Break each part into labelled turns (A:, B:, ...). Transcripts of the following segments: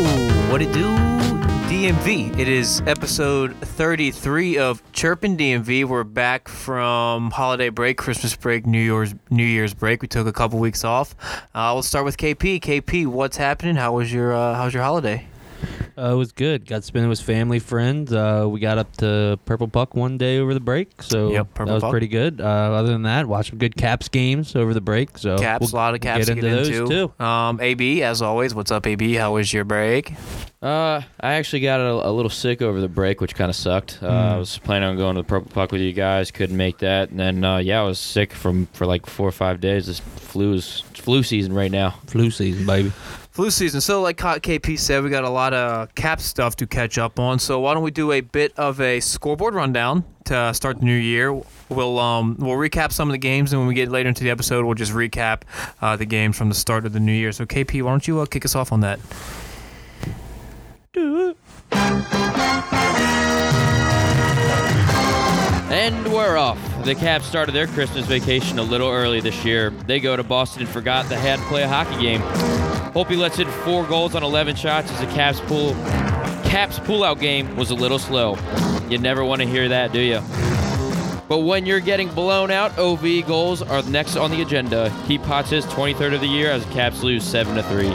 A: Ooh, what it do? DMV. It is episode 33 of Chirpin DMV. We're back from holiday break, Christmas break, New Year's New Year's break. We took a couple weeks off. Uh, we'll start with KP. KP, what's happening? How was your uh, How's your holiday?
B: Uh, it was good. Got to spend it with family, friends. Uh, we got up to Purple Puck one day over the break, so
A: Yep, Purple
B: that was
A: Puck.
B: pretty good. Uh, other than that, watched some good Caps games over the break. So
A: Caps,
B: Oh,
A: a
B: we'll
A: lot of caps
B: get
A: to
B: into
A: get
B: those
A: into.
B: too.
A: Um, AB, as always, what's up, AB? How was your break?
C: Uh, I actually got a, a little sick over the break, which kind of sucked. Uh, I was planning on going to the Purple Puck with you guys, couldn't make that, and then uh, yeah, I was sick from for like four or five days. This flu is it's flu season right now.
B: Flu season, baby.
A: Flu season. So, like Ka- KP said, we got a lot of cap stuff to catch up on. So, why don't we do a bit of a scoreboard rundown to start the new year? We'll um we'll recap some of the games, and when we get later into the episode, we'll just recap uh, the games from the start of the new year. So, KP, why don't you uh, kick us off on that?
C: And we're off. The Caps started their Christmas vacation a little early this year. They go to Boston and forgot they had to play a hockey game. Hopi lets in four goals on 11 shots as the Caps pull Caps pullout game was a little slow. You never want to hear that, do you? But when you're getting blown out, OV goals are next on the agenda. He pots his 23rd of the year as the Caps lose 7 to 3.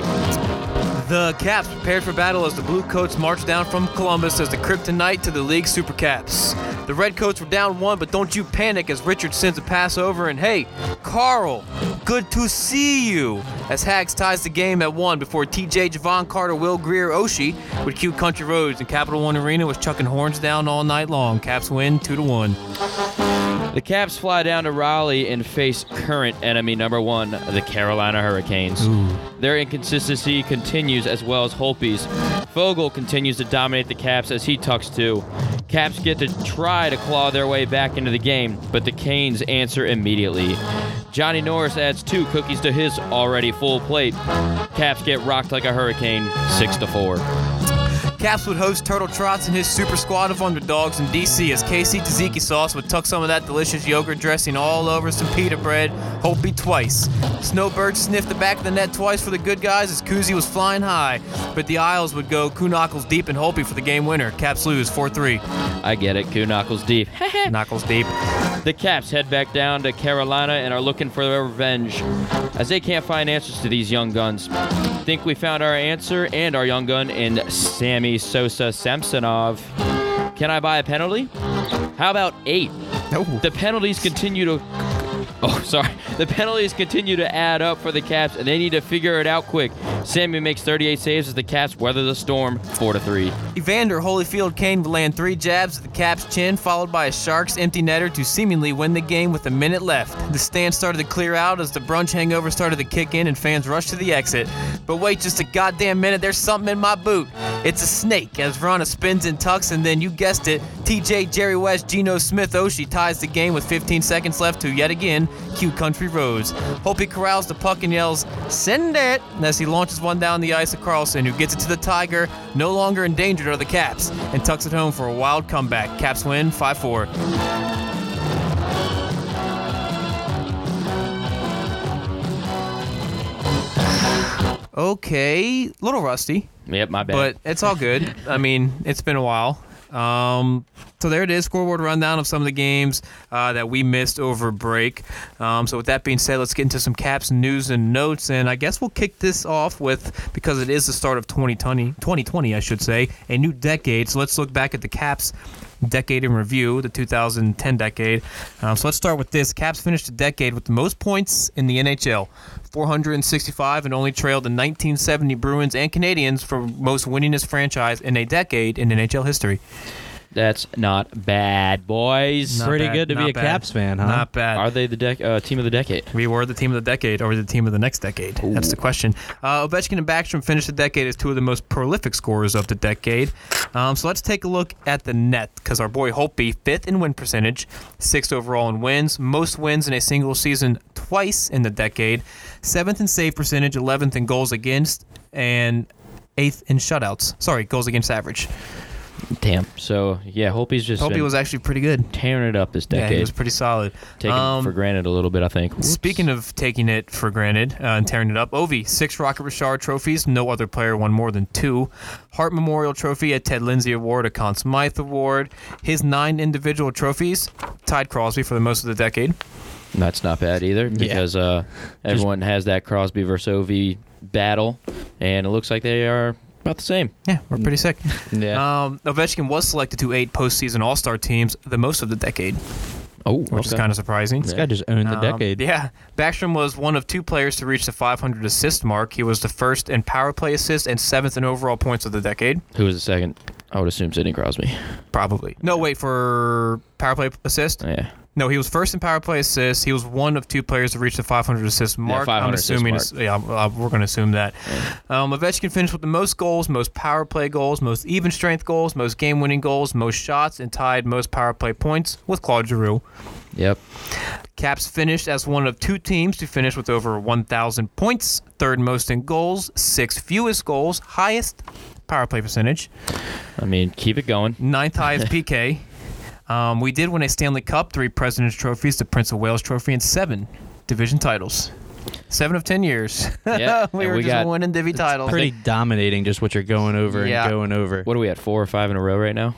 A: The Caps prepared for battle as the Blue Coats marched down from Columbus as the kryptonite to the league Super Caps. The Red Coats were down one, but don't you panic as Richard sends a pass over. And hey, Carl, good to see you. As Hags ties the game at one before TJ Javon Carter, Will Greer, Oshie would cue Country Roads and Capital One Arena was chucking horns down all night long. Caps win two to one.
C: The Caps fly down to Raleigh and face current enemy number one, the Carolina Hurricanes. Their inconsistency continues as well as Holpe's. Fogel continues to dominate the Caps as he tucks two. Caps get to try to claw their way back into the game, but the Canes answer immediately. Johnny Norris adds two cookies to his already full plate. Caps get rocked like a hurricane, six to four.
A: Caps would host Turtle Trots and his super squad of underdogs in DC as KC Tzatziki sauce would tuck some of that delicious yogurt dressing all over some pita bread, Hopi twice. Snowbird sniffed the back of the net twice for the good guys as Kuzi was flying high, but the Isles would go Ku Knuckles deep and Hopi for the game winner. Caps lose 4 3.
C: I get it, Ku Knuckles deep.
A: Knuckles deep.
C: The Caps head back down to Carolina and are looking for their revenge as they can't find answers to these young guns. Think we found our answer and our young gun in Sammy Sosa Samsonov. Can I buy a penalty? How about eight? The penalties continue to. Oh, sorry. The penalties continue to add up for the Caps, and they need to figure it out quick. Sammy makes 38 saves as the Caps weather the storm, four to three.
A: Evander Holyfield Kane would land three jabs at the Caps' chin, followed by a Sharks empty netter to seemingly win the game with a minute left. The stands started to clear out as the brunch hangover started to kick in and fans rushed to the exit. But wait just a goddamn minute, there's something in my boot. It's a snake as Verona spins and tucks, and then you guessed it, TJ, Jerry West, Geno Smith, Oshie ties the game with 15 seconds left to yet again cue Country Roads. Hopi corrals the puck and yells, Send it! As he launches one down the ice at Carlson, who gets it to the Tiger, no longer endangered are the Caps, and tucks it home for a wild comeback. Caps win 5 4. Okay, a little rusty
C: Yep, my bad.
A: but it's all good. I mean, it's been a while. Um, so there it is, scoreboard rundown of some of the games uh, that we missed over break. Um, so with that being said, let's get into some Caps news and notes, and I guess we'll kick this off with because it is the start of 2020, 2020, I should say, a new decade. So let's look back at the Caps decade in review, the 2010 decade. Um, so let's start with this. Caps finished the decade with the most points in the NHL, 465, and only trailed the 1970 Bruins and Canadians for most winningest franchise in a decade in NHL history.
C: That's not bad, boys.
A: Not
B: Pretty
A: bad,
B: good to be
A: not
B: a
A: bad.
B: Caps fan, huh?
A: Not bad.
C: Are they the dec- uh, team of the decade?
A: We were the team of the decade, or were the team of the next decade? That's the question. Uh, Ovechkin and Backstrom finished the decade as two of the most prolific scorers of the decade. Um, so let's take a look at the net, because our boy Holtby, fifth in win percentage, sixth overall in wins, most wins in a single season twice in the decade, seventh in save percentage, 11th in goals against, and eighth in shutouts. Sorry, goals against average.
C: Damn. So yeah, Holpe's just
A: Hope he
C: been
A: was actually pretty good.
C: tearing it up this
A: Yeah, he
C: decade.
A: was pretty solid.
C: Taking it
A: Um,
C: for granted a little bit, I think.
A: Speaking of taking it for granted uh, and tearing it up, Ovi, six Rocket Richard trophies. No other player won more than two. Hart Memorial Trophy, a Ted Lindsay Award, a Conn Smythe Award. His nine individual trophies tied Crosby for the most of the decade.
C: That's not bad either because uh, everyone has that Crosby versus Ovi battle, and it looks like they are about the same.
A: Yeah, we're
B: Mm.
A: pretty sick.
C: Yeah.
A: Um, Ovechkin was selected to eight postseason All Star teams, the most of the decade,
C: oh,
A: which is kind of surprising.
B: This guy just owned the
A: Um,
B: decade.
A: Yeah. Backstrom was one of two players to reach the 500 assist mark. He was the first in power play assists and seventh in overall points of the decade.
C: Who was the second? I would assume Sidney Crosby.
A: Probably. No, wait, for power play assist?
C: Yeah.
A: No, he was first in power play assists. He was one of two players to reach the 500 assist mark.
C: 500
A: I'm
C: assist
A: assuming.
C: mark.
A: it's- Yeah, I'm- uh, we're going to assume that. Um, Ovechkin finished with the most goals, most power play goals, most even strength goals, most game winning goals, most shots, and tied most power play points with Claude Giroux.
C: Yep.
A: Caps finished as one of two teams to finish with over 1,000 points, third most in goals, sixth fewest goals, highest power play percentage,
C: I mean, keep it going.
A: ninth highest PK. Um, we did win a Stanley Cup, three President's Trophies, the Prince of Wales Trophy, and seven division titles. Seven of ten years.
C: Yeah,
A: we
C: and
A: were
C: we
A: just
C: got-
A: winning divvy titles.
B: Pretty dominating, just what you're going over
A: Yeah.
B: and going over.
C: What are we at? Four or five in a row right now?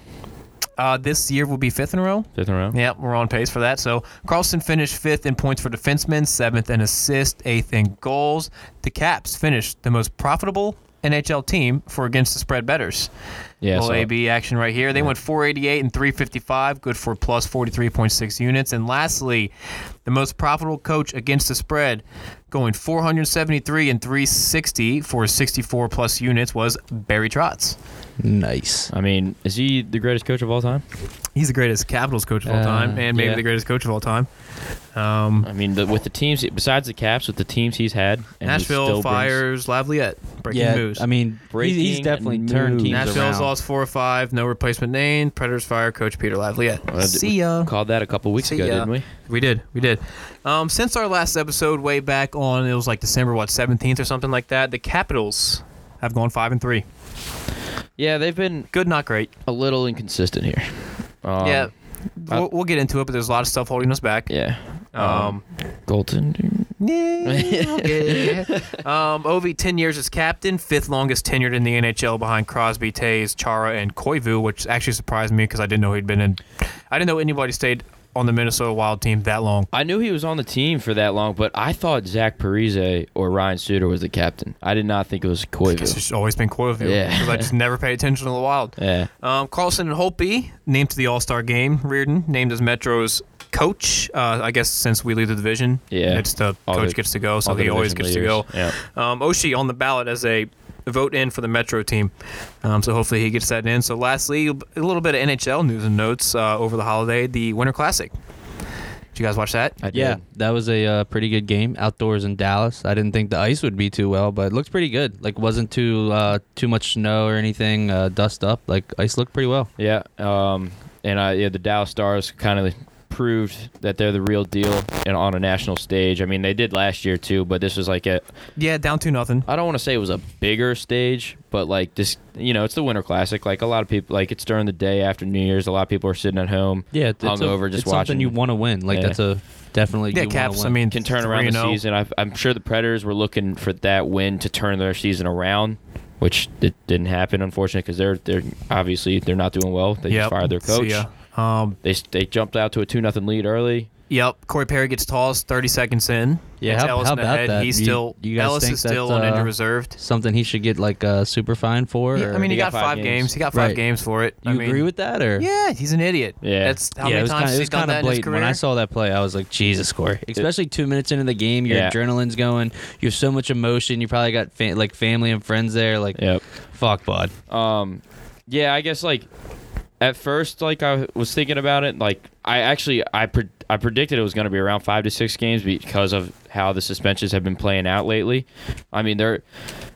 A: Uh, this year will be fifth in a row.
C: Fifth in a row.
A: Yep, we're on pace for that. So Carlson finished fifth in points for defensemen, seventh in assists, eighth in goals. The Caps finished the most profitable NHL team for against the spread betters.
C: Yeah,
A: Little
C: so-
A: AB action right here. They went 488 and 355, good for plus 43.6 units. And lastly, the most profitable coach against the spread, going 473 and 360 for 64 plus units, was Barry Trotz.
B: Nice.
C: I mean, is he the greatest coach of all time?
A: He's the greatest Capitals coach of all
C: Uh,
A: time, and maybe
C: yeah.
A: the greatest coach of all time. Um,
C: I mean, the, with the teams, besides the Caps, with the teams he's had, and he
A: Nashville
C: still brings-
A: fires Lavliet. Breaking
B: yeah,
A: news.
B: I mean, he's, he's
C: Breaking
B: definitely
C: and
B: turned
C: moves.
B: teams
A: Nashville's
B: around.
A: lost four or five. No replacement name. Predators fire coach Peter Lavliet.
C: Well,
A: See ya.
C: We called that a couple weeks
A: See
C: ago,
A: ya.
C: didn't we?
A: We did. We did. Um, since our last episode, way back on it was like December what seventeenth or something like that. The Capitals have gone five and three.
C: Yeah, they've been
A: Good, not great.
C: a little inconsistent here. Um,
A: yeah,
C: I-
A: we'll, we'll get into it, but there's a lot of stuff holding us back.
C: Yeah.
A: Um,
C: Golden.
A: Yeah, okay. um, Ovi, 10 years as captain, fifth longest tenured in the NHL behind Crosby, Tays, Chara, and Koivu, which actually surprised me because I didn't know he'd been in. I didn't know anybody stayed on the Minnesota Wild team that long.
C: I knew he was on the team for that long, but I thought Zach Parise or Ryan Suter was the captain. I did not think it was
A: It's
C: Koivu.
A: just always been Koivu
C: Yeah.
A: because I just never pay attention to the Wild.
C: Yeah.
A: Um, Carlson and Holtby named to the All Star game. Reardon named as Metro's coach. Uh, I guess since we lead the division,
C: Yeah.
A: it's the
C: All
A: coach
C: the-
A: gets to go, so
C: all the
A: he always gets
C: division
A: to go.
C: leaders,
A: Um, Oshie on the ballot as a vote in for the Metro team. Um, so hopefully he gets that in. So lastly, a little bit of NHL news and notes uh, over the holiday, the Winter Classic. Did you guys watch that?
C: I did.
B: Yeah, that was a uh, pretty good game outdoors in Dallas. I didn't think the ice would be too well, but it looked pretty good. Like wasn't too uh, too much snow or anything uh, dust up. Like ice looked pretty well.
C: Yeah, um, and I, yeah, the Dallas Stars kind of proved that they're the real deal and on a national stage. I mean, they did last year too, but this was like a
A: Yeah, down to nothing.
B: Uh,
C: I don't want to say it was a bigger stage, but like this, you know, it's the Winter Classic. Like a lot of people, like it's during the day after New Year's. A lot of people are sitting at home,
B: Yeah, it's, it's a-
C: hungover, just
B: it's
C: watching.
B: something you want to win. Like
C: Yeah.
B: that's a definitely
A: Yeah,
B: you wanna
A: Caps. I
B: win.
A: mean, oh.
C: can turn around the
A: 3-0.
C: season. i I'm sure the Predators were looking for that win to turn their season around, which it didn't happen, unfortunately, because they're they're obviously they're not doing well. They
A: Yep.
C: just fired their coach.
A: See ya. Um,
C: They they jumped out to a two nothing lead early.
A: Yep, Corey Perry gets tossed 30 seconds in.
B: Yeah,
A: It's
B: how-
A: Ellis
B: how
A: in the
B: about
A: head.
B: that?
A: He's
B: You-
A: still
B: you guys
A: Ellis
B: think
A: is still
B: that's,
A: on injury
B: uh,
A: reserved.
B: something he should get like uh, super fine for.
A: Yeah,
B: or-
A: I mean, he,
C: he
A: got,
C: got
A: five
C: five
A: games.
C: games.
A: He got five
B: Right.
A: games for it.
B: you
A: I mean,
B: agree with that or?
A: Yeah, he's an idiot.
C: Yeah.
A: that's how
B: Yeah, it
A: many
B: was
A: times
B: kinda, it
A: he's
B: was
A: done
B: kind
A: that
B: of
A: in his
B: blatant.
A: career.
B: When I saw that play, I was like, Jesus, Corey. Especially two minutes into the game, your
C: Yeah.
B: adrenaline's going. You have so much emotion. You probably got fa- like family and friends there. Like,
C: Yep.
B: fuck, bud.
C: Um, yeah, I guess like at first, like I was thinking about it, like I actually I pre- I predicted it was going to be around five to six games because of how the suspensions have been playing out lately. I mean, they're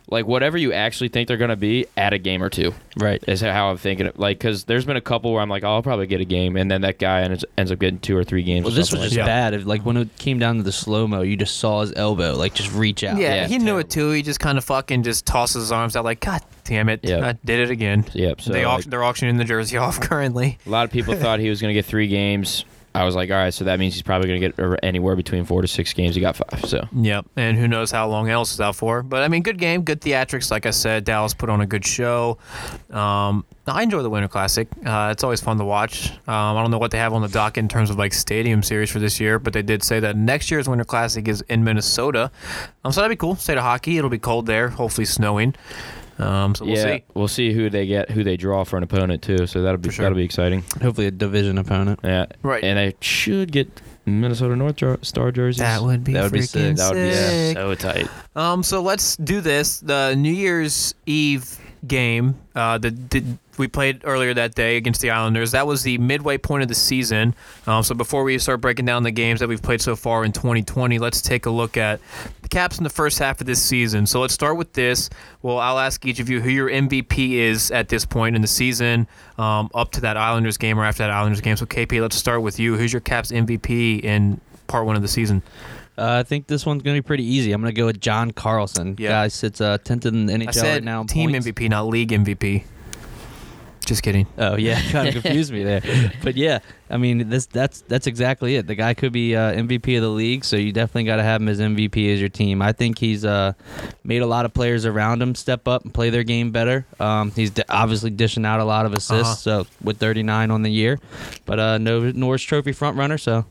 C: like whatever you actually think they're gonna be, add a game or two.
B: Right.
C: Is how I'm thinking it. Like, because there's been a couple where I'm like, oh, I'll probably get a game, and then that guy ends, ends up getting two or three games.
B: Well,
C: or
B: this was
C: something
B: just
C: like
D: Yeah.
B: bad. If, like when it came down to the slow mo, you just saw his elbow, like just reach out.
C: yeah,
A: Yeah,
C: it's
A: he knew it too. He just kind of fucking just tosses his arms out like, God damn it,
C: Yep.
A: I did it again.
C: that. Yep. So
A: they
C: like,
A: auction, they're auctioning the jersey off currently.
C: a lot of people thought he was gonna get three games. I was like, all right, so that means he's probably gonna get ar- anywhere between four to six games. He got five. So
A: Yep, and who knows how long else is out for. But I mean, good game, good theatrics. Like I said, Dallas put on a good show. Um, I enjoy the Winter Classic. Uh, it's always fun to watch. Um, I don't know what they have on the dock in terms of like stadium series for this year, but they did say that next year's Winter Classic is in Minnesota. Um, so that'd be cool. State of hockey. It'll be cold there. Hopefully snowing. Um, so we'll
C: yeah,
A: see.
C: we'll see who they get, who they draw for an opponent too. So that'll be
A: For sure.
C: that'll be exciting.
B: Hopefully a division opponent.
C: Yeah.
A: Right.
C: And they should get Minnesota North Jar- Star jerseys.
A: That would be
B: That would be
A: freaking
B: sick.
C: That would be
A: sick.
C: so tight.
A: Um, so let's do this. The New Year's Eve game uh, that did- we played earlier that day against the Islanders. That was the midway point of the season. Um, so before we start breaking down the games that we've played so far in 2020, let's take a look at the Caps in the first half of this season. So let's start with this. Well, I'll ask each of you who your MVP is at this point in the season, um, up to that Islanders game or after that Islanders game. So KP, let's start with you. Who's your Caps MVP in part one of the season?
B: Uh, I think this one's gonna be pretty easy. I'm gonna go with John Carlson.
A: Yeah.
B: guy sits uh, tenth in the NHL
A: I said
B: right now. in
A: team
B: points.
A: MVP, not league MVP. Just kidding.
B: Oh yeah, kind of confused me there. But yeah, I mean this that's that's exactly it. The guy could be uh, MVP of the league, so you definitely got to have him as MVP as your team. I think he's uh, made a lot of players around him step up and play their game better. Um, he's d- obviously dishing out a lot of assists,
A: Uh-huh.
B: so with 39 on the year, but uh, no Norris Trophy front runner, so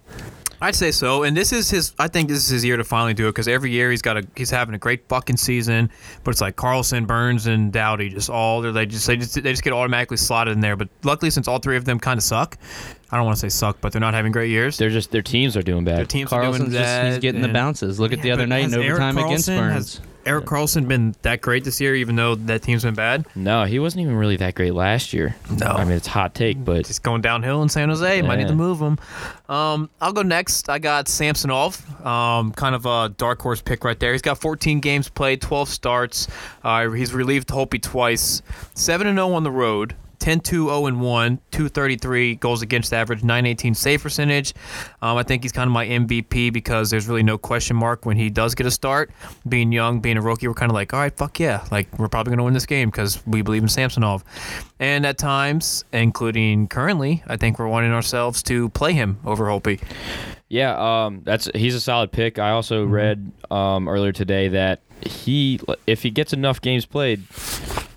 A: I'd say so. And this is his. I think this is his year to finally do it because every year he's got a he's having a great fucking season. But it's like Carlson, Burns, and Dowdy just all they're- they just they just they just get automatically slotted in there. But luckily, since all three of them kind of suck, I don't want to say suck, but they're not having great years.
C: They're just their teams are doing
A: Their
C: bad.
A: teams are doing
B: Carlson's just he's
A: that,
B: getting the
A: and-
B: bounces. Look at the
A: Yeah,
B: other
A: but
B: night
A: has
B: in
A: Eric
B: overtime against
A: Carlson-
B: Burns.
A: Has Eric Carlson been that great this year, even though that team's been bad?
C: No, he wasn't even really that great last year.
A: No.
C: I mean it's a hot take, but
A: He's going downhill in San Jose. Might need
C: Yeah.
A: to move him. Um, I'll go next. I got Samsonov. Um, kind of a dark horse pick right there. He's got 14 games played, 12 starts. Uh, he's relieved Holpe twice. 7 and 0 on the road. 10 2 0 and 1, 233 goals against average, 918 save percentage. Um, I think he's kind of my MVP because there's really no question mark when he does get a start. Being young, being a rookie, we're kind of like, all right, fuck yeah. Like, we're probably going to win this game because we believe in Samsonov. And at times, including currently, I think we're wanting ourselves to play him over Holpe.
C: yeah, um that's he's a solid pick. I
A: Mm-hmm.
C: also read um earlier today that he if he gets enough games played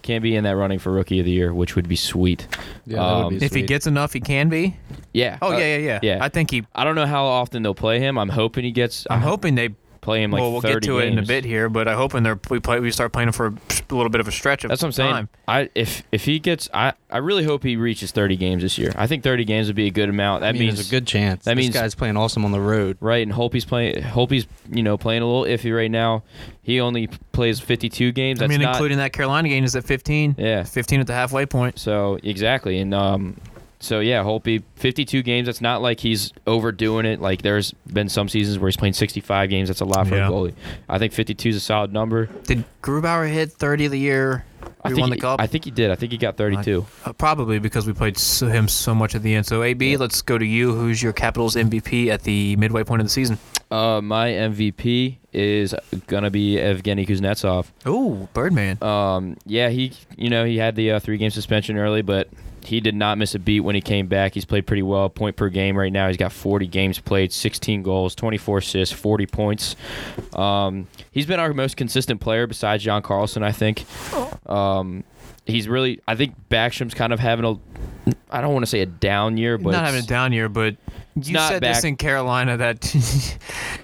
C: can be in that running for rookie of the year, which would be sweet.
D: Yeah, that would
B: Um,
D: be
A: If he
D: Sweet.
A: gets enough, he can be.
C: Yeah.
A: Oh,
C: uh,
A: yeah, yeah, yeah.
C: yeah.
A: I think he,
C: I don't know how often they'll play him. I'm hoping he gets.
A: I'm hoping they,
C: play him like
A: well, we'll
C: 30
A: get to it in a
C: games.
A: bit here, but I'm hoping they're, we, play, we start playing him for a little bit of a stretch of
C: That's what I'm saying.
A: time.
C: I if if he gets, I I really hope he reaches 30 games this year. I think 30 games would be a good amount. That
B: I mean,
C: means
B: there's a good chance.
C: that
B: this
C: means-
B: guy's playing awesome on the road.
C: right. And Holpe's playing. Holpe's you know playing a little iffy right now. He only plays 52 games.
A: I
C: That's
A: mean,
C: not,
A: including that Carolina game is at 15.
C: Yeah.
A: 15 at the halfway point.
C: So exactly, and um, so yeah, Holpe, 52 games. That's not like he's overdoing it. Like there's been some seasons where he's playing 65 games. That's a lot for
A: Yeah.
C: a goalie. I think 52 is a solid number.
A: Did Grubauer hit 30 of the year?
C: I
A: We
C: think
A: won the
C: he,
A: cup?
C: I think he did. I think he got 32.
A: Uh, probably because we played so, him so much at the end. So, AB, let's go to you. Who's your Capitals MVP at the midway point of the season?
C: Uh, my MVP is gonna be Evgeny Kuznetsov.
A: Oh,
B: Uh,
A: Birdman.
C: Um, yeah, he you know he had the uh, three game suspension early, but he did not miss a beat when he came back. He's played pretty well, point per game right now. He's got 40 games played, 16 goals, 24 assists, 40 points. Um, he's been our most consistent player besides John Carlson, I think. Um, he's really, I think Backstrom's kind of having a, I don't want to say a down year, but
A: Not having a
C: it's-
A: down year, but you
C: not
A: said this
C: back-
A: in Carolina that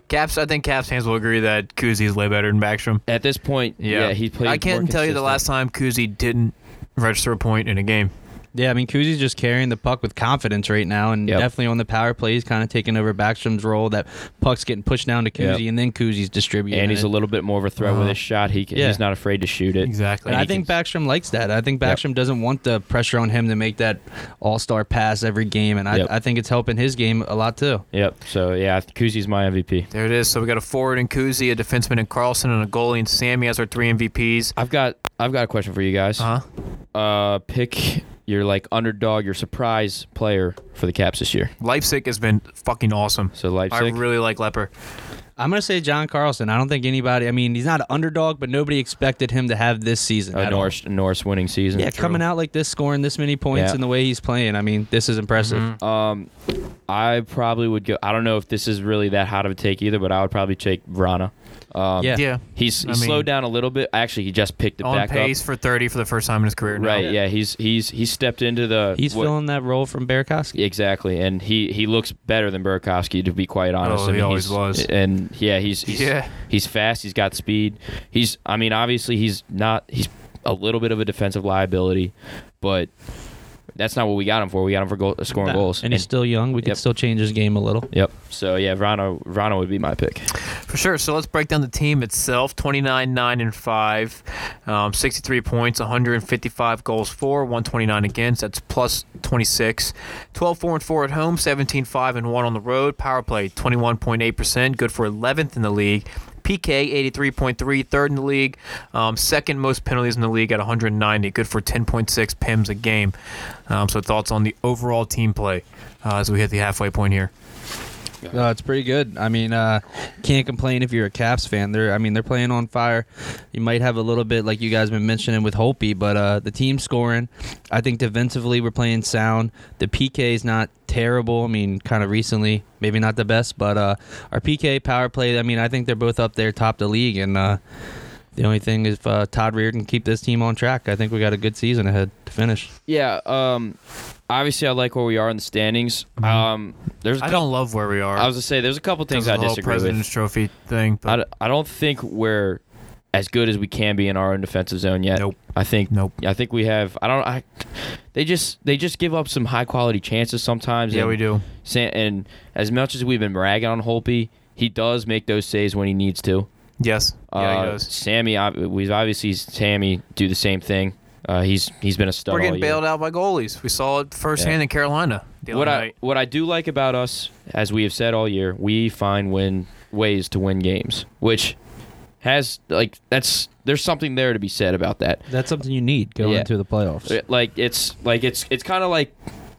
A: Caps, I think Caps fans will agree that Kuzi is way better than Backstrom.
C: at this point, yeah, he plays.
A: I can't
C: more
A: tell you the
C: consistent.
A: last time Kuzi didn't register a point in a game.
B: Yeah, I mean, Kuzi's just carrying the puck with confidence right now, and
C: Yep.
B: definitely on the power play, he's kind of taking over Backstrom's role. That puck's getting pushed down to Kuzi,
C: Yep.
B: and then Kuzi's distributing.
C: and Uh-huh. he's
B: it.
C: a little bit more of a threat with his shot. He can,
B: Yeah.
C: he's not afraid to shoot it.
A: Exactly.
B: And I
C: he
B: think Backstrom likes that. I think
C: Yep.
B: Backstrom doesn't want the pressure on him to make that all star pass every game, and I,
C: Yep.
B: I think it's helping his game a lot too.
C: Yep. So yeah, Kuzi's my MVP.
A: There it is. So we got a forward in Kuzi, a defenseman in Carlson, and a goalie in Sammy as our three MVPs.
C: I've got I've got a question for you guys.
A: Uh huh.
C: Uh, pick your like underdog, your surprise player for the Caps this year.
A: Leipzig has been fucking awesome.
C: So
A: I
C: Leipzig.
A: really like Leper.
B: I'm gonna say John Carlson. I don't think anybody. I mean, he's not an underdog, but nobody expected him to have this season.
C: a
B: at all.
C: Norse Norse winning season.
B: Yeah, coming out like this, scoring this many points,
C: Yeah.
B: and the way he's playing, I mean, this is impressive.
A: Mm-hmm.
C: Um, I probably would go. I don't know if this is really that hot of a take either, but I would probably take Vrana. Um,
B: Yeah.
A: Yeah.
C: he's he
A: I mean-
C: slowed down a little bit. Actually, he just picked it
A: On
C: back
A: pace
C: up.
A: for 30 for the first time in his career. now.
C: Right. Yeah. He's he's he stepped into the
B: He's
C: what-
B: filling that role from Burakovsky.
C: Exactly, and he he looks better than Burakovsky to be quite honest.
A: Oh,
C: I
A: he
C: mean,
A: always
C: he's-
A: was.
C: And yeah, he's, he's
A: Yeah.
C: he's fast. He's got speed. He's I mean, obviously he's not he's a little bit of a defensive liability, but that's not what we got him for. We got him for goal, uh, scoring goals.
B: And he's still young. We
C: Yep.
B: can still change his game a little.
C: yep. So yeah, Vrana Vrana would be my pick.
A: For sure. So let's break down the team itself 29, 9, and 5. Um, 63 points, 155 goals for, 129 against. That's plus 26. 12, 4, and 4 at home, 17, 5, and 1 on the road. Power play, 21.8%, good for 11th in the league. PK 83.3, third in the league, um, second most penalties in the league at 190, good for 10.6 pims a game. Um, so thoughts on the overall team play uh, as we hit the halfway point here.
B: No, it's pretty good. I mean, uh, can't complain if you're a Caps fan. They're, I mean, they're playing on fire. You might have a little bit like you guys been mentioning with Holpe, but uh, the team's scoring. I think defensively we're playing sound. The PK is not terrible. I mean, kind of recently, maybe not the best, but uh, our PK power play. I mean, I think they're both up there, top the league. And uh, the only thing is, if, uh, Todd Reardon keep this team on track. I think we got a good season ahead to finish.
C: Yeah. Um. Obviously, I like where we are in the standings. Um. There's
A: Mm-hmm. I don't love where we are.
C: I was gonna say there's a couple things
A: Because
C: I
A: of the whole
C: disagree with.
A: President's Trophy thing. But
C: I, d- I don't think we're as good as we can be in our own defensive zone yet.
A: Nope.
C: I think
A: Nope.
C: I think we have. I don't. I they just they just give up some high quality chances sometimes.
A: yeah,
C: and,
A: we do.
C: sa- And as much as we've been ragging on Holpe, he does make those saves when he needs to.
A: Yes. yeah, he
C: Uh,
A: does.
C: Sammy, ob- we've obviously seen Sammy do the same thing. Uh, he's he's been a stud.
A: We're
C: all
A: getting
C: year.
A: bailed out by goalies. We saw it firsthand in Carolina. The
C: what
A: other
C: I
A: night.
C: what I do like about us, as we have said all year, we find win ways to win games, which has like that's there's something there to be said about that.
B: That's something you need going
C: Yeah.
B: into the playoffs.
C: It- like it's like it's it's kind of like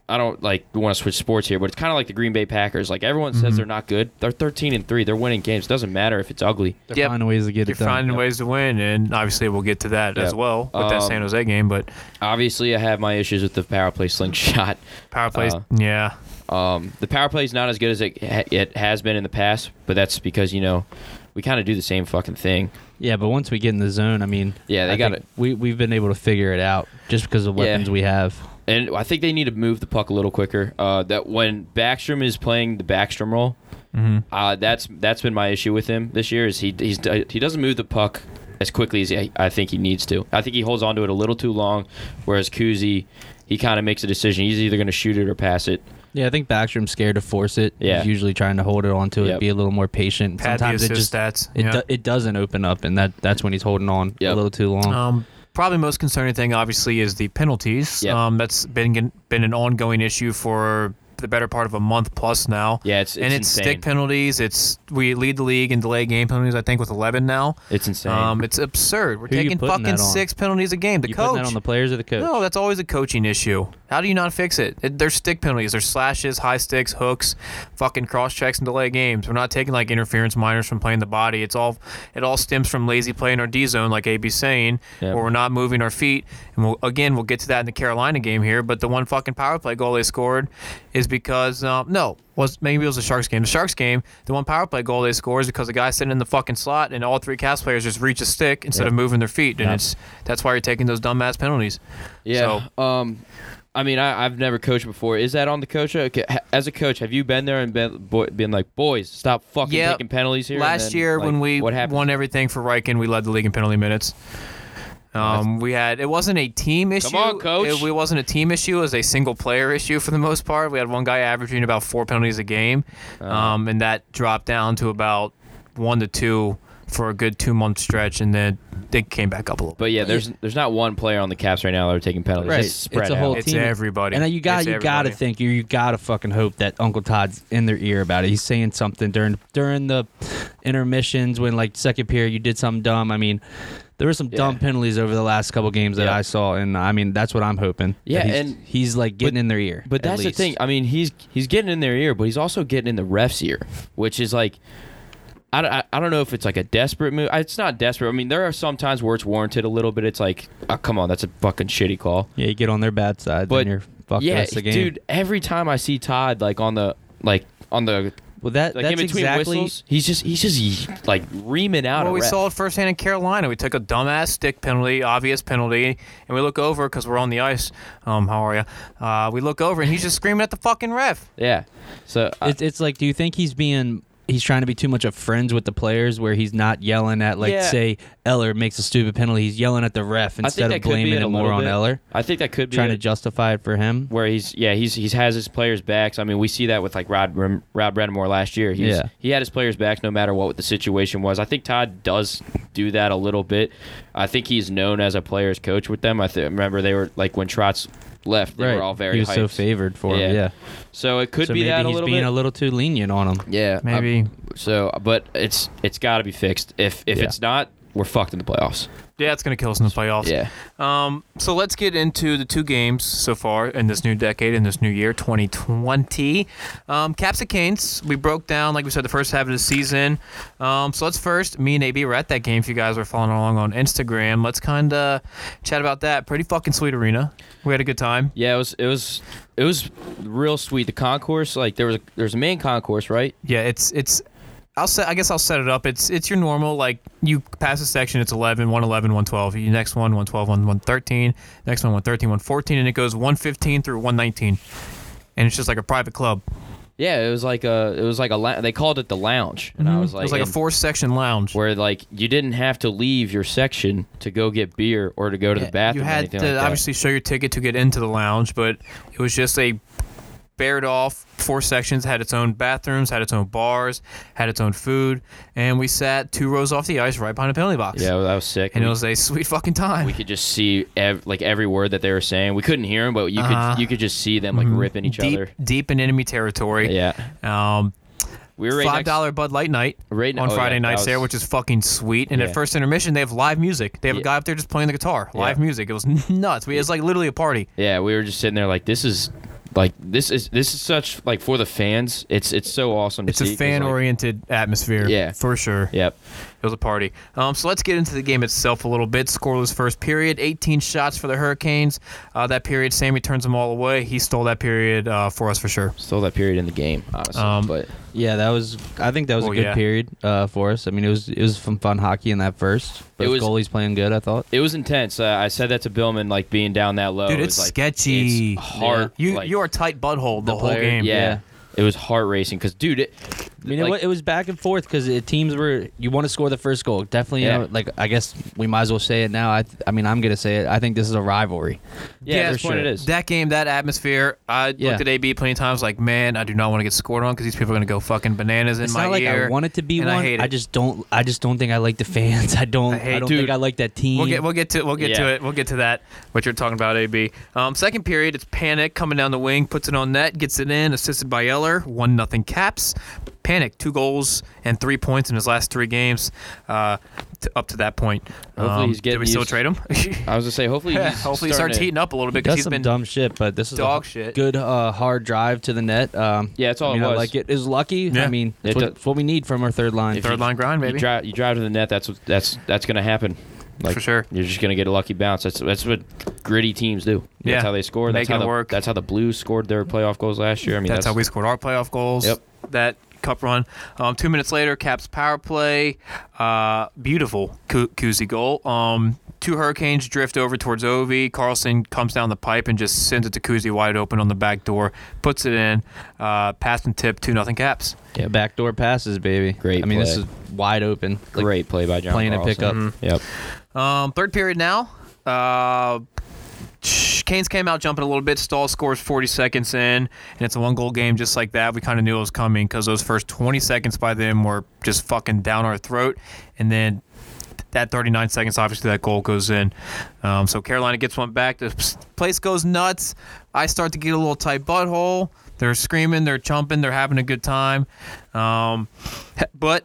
C: I don't like want to switch sports here, but it's kind of like the Green Bay Packers. Like everyone says they're not good, they're 13 and three, they're winning games. Doesn't matter if it's ugly.
B: They're
A: Yep.
B: finding ways to get
A: You're
B: it done.
A: finding ways to win, and obviously we'll get to that as
C: Yeah.
A: well with that
C: Um,
A: San Jose game. But
C: Obviously, I have my issues with the power play slingshot.
A: power plays,
C: uh,
A: yeah,
C: Um, the power play is not as good as it ha- it has been in the past, but that's because you know we kind of do the same fucking thing.
B: Yeah, but once we get in the zone, I mean,
C: Yeah, they
B: I
C: gotta-
B: think We we've been able to figure it out just because of
C: Yeah.
B: weapons we have.
C: and I think they need to move the puck a little quicker. Uh, that when Backstrom is playing the Backstrom role,
A: Mm-hmm.
C: uh, that's that's been my issue with him this year. Is he he's he doesn't move the puck as quickly as he, I think he needs to. I think he holds onto it a little too long, whereas Kuzi, he kind of makes a decision. He's either going to shoot it or pass it.
B: Yeah, I think Backstrom's scared to force it.
C: Yeah.
B: He's usually trying to hold it onto it,
C: Yep.
B: be a little more patient.
A: Pad the
B: Sometimes it
A: assist
B: just
A: stats.
B: it
A: yeah.
B: do, it doesn't open up, and that that's when he's holding on
C: Yep.
B: a little too long.
A: Um, probably most concerning thing, obviously, is the penalties.
C: Yeah.
A: Um, that's been been an ongoing issue for the better part of a month plus now.
C: Yeah, it's-
A: and
C: it's
A: it's
C: insane.
A: stick penalties. It's we lead the league in delay game penalties. I think with eleven now.
C: It's insane.
A: Um, it's absurd. We're
B: Who you
A: taking
B: putting
A: fucking
B: that on?
A: six penalties a game. The
B: you putting
A: coach.
B: that on the players or the coach?
A: No, that's always a coaching issue. How do you not fix it? it there's stick penalties. There's slashes, high sticks, hooks, fucking cross checks, and delay games. We're not taking like interference minors from playing the body. It's all it all stems from lazy play in our D zone, like AB's saying,
C: Yeah.
A: where we're not moving our feet. And we'll, again, we'll get to that in the Carolina game here. But the one fucking power play goal they scored is because um, no, was maybe it was the Sharks game. The Sharks game, the one power play goal they scored is because the guy sitting in the fucking slot and all three cast players just reach a stick instead
C: Yeah.
A: of moving their feet, and it's that's why you're taking those dumbass penalties. So-
C: yeah. um, I mean, I, I've never coached before. Is that on the coach? Okay, ha- As a coach, have you been there and been, boy, been like, boys, stop fucking
A: Yep.
C: taking penalties here? And
A: Last
C: then,
A: year,
C: like,
A: when we
C: what happened?
A: won everything for Riken, we led the league in penalty minutes.
B: Oh,
A: Um, we had it wasn't a team issue.
C: on, coach.
A: It, it wasn't a team issue. It was a single player issue for the most part. We had one guy averaging about four penalties a game,
B: Uh-huh.
A: um, and that dropped down to about one to two for a good two month stretch, and then they came back up a little. bit.
C: But yeah, there's there's not one player on the Caps right now that are taking penalties.
B: Right.
C: It's spread
B: It's a whole
C: out.
A: It's
B: team.
A: everybody.
B: And you got
A: It's
B: you got to
A: everybody.
B: think you you got to fucking hope that Uncle Todd's in their ear about it. He's saying something during during the intermissions when like second period you did something dumb. I mean, there were some dumb
C: Yeah.
B: penalties over the last couple games that
C: Yeah.
B: I saw, and I mean that's what I'm hoping. that
C: Yeah,
B: he's,
C: and-
B: he's like getting in their ear.
C: But
B: at
C: that's the
B: least.
C: thing. I mean, he's he's getting in their ear, but he's also getting in the ref's ear, which is like, I, don't- I, I don't know if it's like a desperate move. It's not desperate. I mean, there are some times where it's warranted a little bit. It's like, oh, come on, that's a fucking shitty call.
B: Yeah, you get on their bad side,
C: But
B: then you're fucked the
C: yeah,
B: rest of the game.
C: dude. Every time I see Todd like on the like on the
B: well, that
C: like in
B: that's
C: between
B: exactly
C: whistles, he's just he's just like reaming out.
A: Well,
C: a
A: we
C: ref.
A: saw it firsthand in Carolina. We took a dumbass stick penalty, obvious penalty, and we look over because we're on the ice. Um, how are you? Uh, we look over and he's just screaming at the fucking ref.
C: Yeah. So I-
B: It's, it's like, do you think he's being he's trying to be too much of friends with the players where he's not yelling at like
C: Yeah.
B: say Eller makes a stupid penalty, he's yelling at the ref
C: I think
B: instead
C: that
B: of
C: could be
B: blaming
C: it a
B: it
C: little
B: more on
C: bit.
B: Eller,
C: I think that could be
B: trying
C: it.
B: to justify it for him.
C: where he's yeah he's he's has his players backs. I mean, we see that with like Rod Rem- Rod Brennamore last year. He's,
B: Yeah.
C: he had his players backs no matter what the situation was. I think Todd does do that a little bit. I think he's known as a players coach with them. I th- remember they were like when Trotz left, they
B: Right,
C: were all very
B: he was so
C: hyped.
B: favored for
C: Yeah.
B: him. Yeah,
C: So it could
B: so
C: be
B: maybe
C: that a
B: he's
C: little
B: being
C: bit.
B: a little too lenient on him.
C: yeah, I-
A: Maybe.
C: so, but it's it's got to be fixed. If if
B: Yeah.
C: it's not, we're fucked in the playoffs.
A: yeah, it's gonna kill us in the playoffs.
C: Yeah.
A: Um, so let's get into the two games so far in this new decade, in this new year, 2020. Um, Caps and Canes, we broke down, like we said, the first half of the season. Um, so let's first, me and AB were at that game if you guys were following along on Instagram. Let's kind of chat about that. Pretty fucking sweet arena. We had a good time.
C: Yeah, it was it was it was real sweet. The concourse, like there was a, there was a main concourse, right?
A: Yeah, it's it's. I'll set. I guess I'll set it up. It's it's your normal like you pass a section. It's 11, 111, 112. Your next one 112, 113. Next one 113, 114, and it goes 115 through 119. And it's just like a private club.
C: Yeah, it was like a it was like a lou- they called it the lounge, and I was like,
A: Mm-hmm. it was like a
C: and-
A: four section lounge.
C: where like you didn't have to leave your section to go get beer or to go to the bathroom.
A: You
C: or
A: had
C: anything
A: to
C: like that.
A: obviously show your ticket to get into the lounge, but it was just a bared off four sections. Had its own bathrooms, had its own bars, had its own food, and we sat two rows off the ice right behind the penalty box.
C: Yeah, that was sick.
A: and it
C: we,
A: was a sweet fucking time.
C: we could just see ev- like every word that they were saying. We couldn't hear them, but you
A: Uh-huh. Mm-hmm.
C: could you could just see them like ripping each
A: deep,
C: other.
A: deep in enemy territory.
C: Yeah,
A: Um,
C: we were right
A: five
C: next-
A: dollar Bud Light night
C: Right-
A: on
C: oh,
A: Friday
C: yeah,
A: nights
C: that
A: there,
C: was-
A: which is fucking sweet. And
C: Yeah.
A: at first intermission, they have live music. They have
C: Yeah.
A: a guy up there just playing the guitar, live
C: Yeah.
A: music. It was nuts. We, it was like literally a party.
C: Yeah, we were just sitting there like this is like this is this is such like for the fans. It's it's so awesome. To
A: It's
C: see,
A: a
C: 'cause, like-
A: fan oriented atmosphere.
C: Yeah.
A: for sure.
C: Yep.
A: It was a party. Um, so let's get into the game itself a little bit. Scoreless first period, 18 shots for the Hurricanes. Uh, that period, Sammy turns them all away. He stole that period uh, for us for sure.
C: Still that period in the game, honestly.
A: Um,
C: but
B: Yeah, that was. I think that was
A: Well,
B: a good
A: yeah.
B: period uh, for us. I mean, it was it was some fun hockey in that first. Both
C: was-
B: goalies playing good. I thought.
C: It was intense. Uh, I said that to Billman, like being down that low.
A: Dude,
C: it
A: it's
C: was, like,
A: sketchy.
C: It's heart.
A: You
C: like,
A: you are tight butthole the, whole
C: player-
A: game.
C: Yeah,
B: Yeah.
C: it was heart racing because, dude, it,
B: I mean, it,
C: like,
B: wa- it was back and forth because teams were you want to score the first goal. Definitely, you
C: Yeah.
B: know, like I guess we might as well say it now. I, th- I mean, I'm gonna say it. I think this is a rivalry.
C: yeah,
A: Yeah,
C: that's
A: for
C: what it
B: sure.
C: is.
A: That game, that atmosphere, I
B: Yeah.
A: looked at AB plenty of times. Like, man, I do not want to get scored on because these people are gonna go fucking bananas in
B: It's
A: my
B: not like
A: ear.
B: I want it to be
A: and
B: one.
A: I hate it.
B: just don't. I just don't think I like the fans. I don't.
A: I
B: I,
A: hate-
B: don't
A: Dude,
B: think I like that team.
A: We'll get we'll get to we'll get to
C: Yeah.
A: it. We'll get to that. What you're talking about, AB. Um, second period, it's Panic coming down the wing, puts it on net, gets it in, assisted by Eller. One nothing Caps. Panic two goals and three points in his last three games. Uh, t- up to that point.
C: Hopefully
A: Um,
C: he's
A: Did
C: getting
A: we still
C: used-
A: trade him?
C: I was gonna say, hopefully, he's
A: Hopefully he
C: starting
A: starts
C: to-
A: heating up a little bit because
B: That's
A: he's
B: some
A: been
B: dumb shit, but this is
A: dog
B: a
A: shit.
B: good uh, hard drive to the net. Um,
C: Yeah, that's all
B: I
C: it
B: mean, I
C: was.
B: like it. It was lucky.
A: Yeah.
B: I mean,
C: It
B: it's what,
C: does-
B: it's what we need from our third line.
C: If
A: third line grind,
C: You
A: maybe.
C: drive, you drive to the net. That's what that's that's gonna happen. Like,
A: For sure.
C: you're just gonna get a lucky bounce. That's that's what gritty teams do. That's
A: Yeah.
C: how they score. That's
A: Making
C: how
A: it
C: the,
A: work.
C: That's how the Blues scored their playoff goals last year. I mean,
A: That's,
C: that's,
A: how we scored our playoff goals.
C: Yep.
A: That cup run. Um, two minutes later, Caps power play. Uh, beautiful Ku- Kuzi goal. Um, two Hurricanes drift over towards Ovi. Carlson comes down the pipe and just sends it to Kuzi wide open on the back door. Puts it in. Uh, pass and tip. Two nothing Caps.
B: yeah, backdoor passes, baby.
C: Great
B: I mean, this
C: play.
B: is wide open. Like,
C: great play by John.
B: playing a
C: Carlson.
B: pickup.
C: Yep.
A: Um, third period now. Uh, Canes came out jumping a little bit. Stall scores 40 seconds in, and it's a one goal game just like that. We kind of knew it was coming because those first 20 seconds by them were just fucking down our throat. And then that 39 seconds, obviously, that goal goes in. Um, so Carolina gets one back. The place goes nuts. I start to get a little tight butthole. They're screaming, they're chomping, they're having a good time. Um, but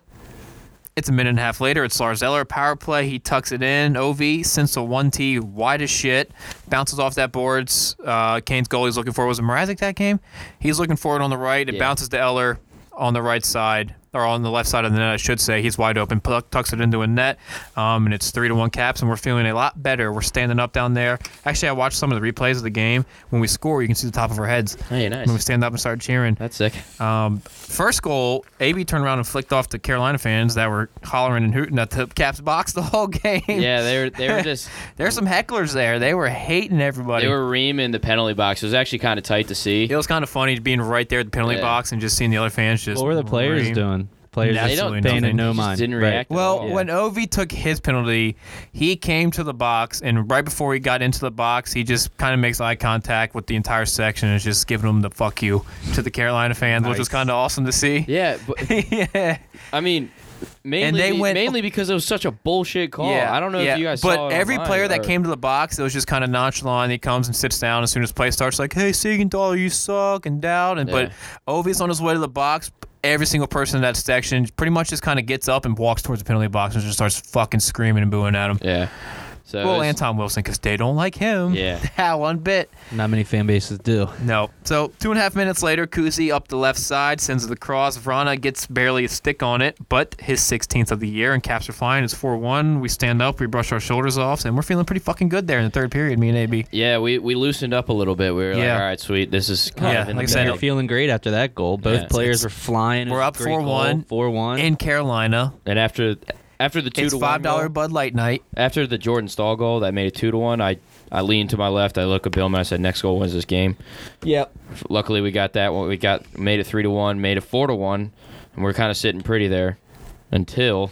A: it's a minute and a half later. It's Lars Eller, power play. He tucks it in. OV sends a 1T wide as shit. Bounces off that boards. Uh, Kane's goal he's looking for was it Mrazek that game? He's looking for it on the right. It
C: Yeah.
A: bounces to Eller on the right side, or on the left side of the net, I should say. He's wide open. Puck tucks it into a net. Um, and it's 3 to 1 caps, and we're feeling a lot better. We're standing up down there. Actually, I watched some of the replays of the game. When we score, you can see the top of our heads.
C: Hey, nice.
A: When we stand up and start cheering.
C: That's sick.
A: Um, first goal, AB turned around and flicked off the Carolina fans that were hollering and hooting at the Caps box the whole game.
C: Yeah, they were they were just
A: There's some hecklers there. They were hating everybody.
C: they were reaming the penalty box. It was actually kind of tight to see.
A: it was kind of funny being right there at the penalty
C: Yeah.
A: box and just seeing the other fans just.
B: What were the players
A: ream.
B: doing? Players
A: They
B: just
C: don't-
B: paying it
A: nothing.
B: no
C: Just
B: mind.
C: didn't
B: Right.
C: react.
A: Well,
C: Yeah.
A: when Ovi took his penalty, he came to the box, and right before he got into the box, he just kind of makes eye contact with the entire section and is just giving them the fuck you to the Carolina fans, which was
B: Nice.
A: kind of awesome to see.
C: Yeah, but
A: yeah.
C: I mean, mainly
A: they
C: be-
A: went-
C: mainly because it was such a bullshit call. I don't know
A: yeah.
C: if you guys
A: But
C: saw it
A: every
C: online
A: player that
C: or-
A: came to the box, it was just kind of nonchalant. He comes and sits down as soon as play starts, like, "Hey, Siegenthaler, you suck," and down. And
C: Yeah.
A: but Ovi's on his way to the box. Every single person in that section pretty much just kind of gets up and walks towards the penalty box and just starts fucking screaming and booing at him.
C: Yeah. So
A: Well,
C: it's-
A: Anton Wilson, because they don't like him.
C: Yeah.
A: one bit.
B: Not many fan bases do.
A: No. So two and a half minutes later, Kuzi up the left side, sends it across. Vrana gets barely a stick on it, but his 16th of the year, and caps are flying. It's 4-1. We stand up, we brush our shoulders off, and we're feeling pretty fucking good there in the third period. Me and AB.
C: yeah, we, we loosened up a little bit. We were
A: Yeah.
C: like, all right, sweet, this is kind
A: Yeah,
C: of in
A: like I
C: the
A: said,
B: And
A: Yeah.
B: you're feeling great after that goal. Both
C: Yeah.
B: players were flying. It
A: We're
B: was a
A: up
B: great
A: 4-1.
B: goal. 4-1.
A: In Carolina,
C: And after after the two
A: it's
C: to
A: five
C: one goal-
A: dollar Bud Light night.
C: after the Jordan Stahl goal that made it two to one, I I leaned to my left. I look at Bill and I said, "Next goal wins this game."
B: yep.
C: Luckily, we got that. one. We got made it three to one, made it four to one, and we're kind of sitting pretty there until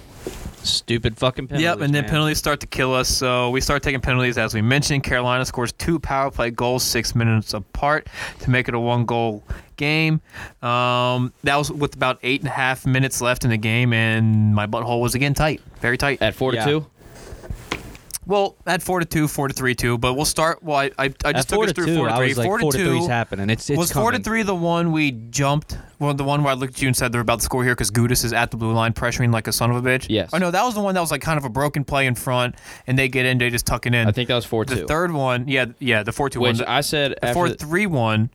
B: Stupid fucking penalty.
A: Yep, and then penalties start to kill us. So we start taking penalties, as we mentioned. Carolina scores two power play goals six minutes apart to make it a one goal game. Um, that was with about eight and a half minutes left in the game, and my butthole was again tight, very tight.
C: at four
B: Yeah.
C: to two.
A: well, at four to two, four to three, two, but we'll start. Well, I, I, I just
B: At
A: took
B: four
A: us
B: to
A: through
B: two,
A: four to
B: I
A: three.
B: was like,
A: four to
B: to
A: two
B: three's happening. It's, it's
A: was four to
B: coming.
A: three the one we jumped? Well, the one where I looked at you and said they're about to score here because Gudis is at the blue line pressuring like a son of a bitch.
C: Yes.
A: Oh no, that was the one that was like kind of a broken play in front, and they get in, they just tuck it in.
C: I think that was four
A: the
C: to two.
A: third one, yeah, yeah, the four two one,
C: Which
A: the
C: I said
A: four
C: after, the-
A: three one.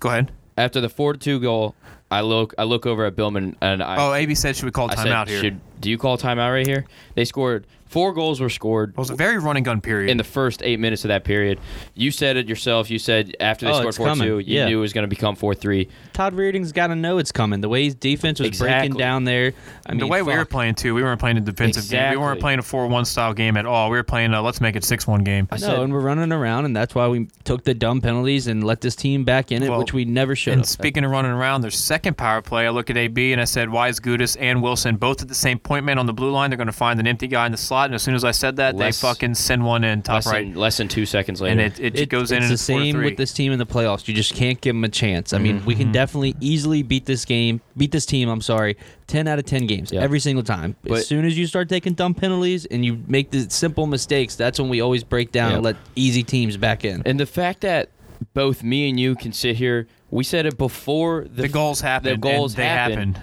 A: Go ahead.
C: after the four to two goal, I look I look over at Billman and I
A: Oh, AB said should we call
C: I
A: timeout
C: said,
A: here? It
C: Should, do you call timeout right here? They scored four goals were scored
A: was a very running gun period.
C: in the first eight minutes of that period. You said it yourself. You said after they
B: Oh,
C: scored
B: it's
C: four
B: coming.
C: two, you
B: Yeah.
C: knew it was going to become four three.
B: Todd Reardon's got to know it's coming. The way his defense was breaking
C: Exactly.
B: down there. I mean,
A: the way we were
B: fuck.
A: playing too, we weren't playing a defensive game. We weren't
C: Exactly.
A: playing a four-one style game at all. We were playing a let's make it six-one game.
C: I
B: No,
C: said-
B: and we're running around, and that's why we took the dumb penalties and let this team back in it,
A: Well,
B: which we never should
A: And
B: have.
A: speaking of running around, their second power play, I look at AB and I said, why is Gudis and Wilson both at the same point man on the blue line? They're going to find an empty guy in the slot. And as soon as I said that,
C: Less-
A: they fucking send one in top
C: Less than,
A: right.
C: less than two seconds
A: and
C: later.
A: it, it,
B: It-
A: goes in
B: it's
A: and
B: the
A: it's
B: same
A: 4-3.
B: with this team in the playoffs. You just can't give them a chance. I mean, we
A: Mm-hmm.
B: can definitely easily beat this game, beat this team. I'm sorry, ten out of ten games
C: Yeah.
B: every single time.
C: But-
B: as soon as you start taking dumb penalties and you make the simple mistakes, that's when we always break down and
C: Yeah.
B: let easy teams back in.
C: And the fact that both me and you can sit here, we said it before the,
A: The goals happened.
C: The goals
A: and they
C: happened.
A: happened.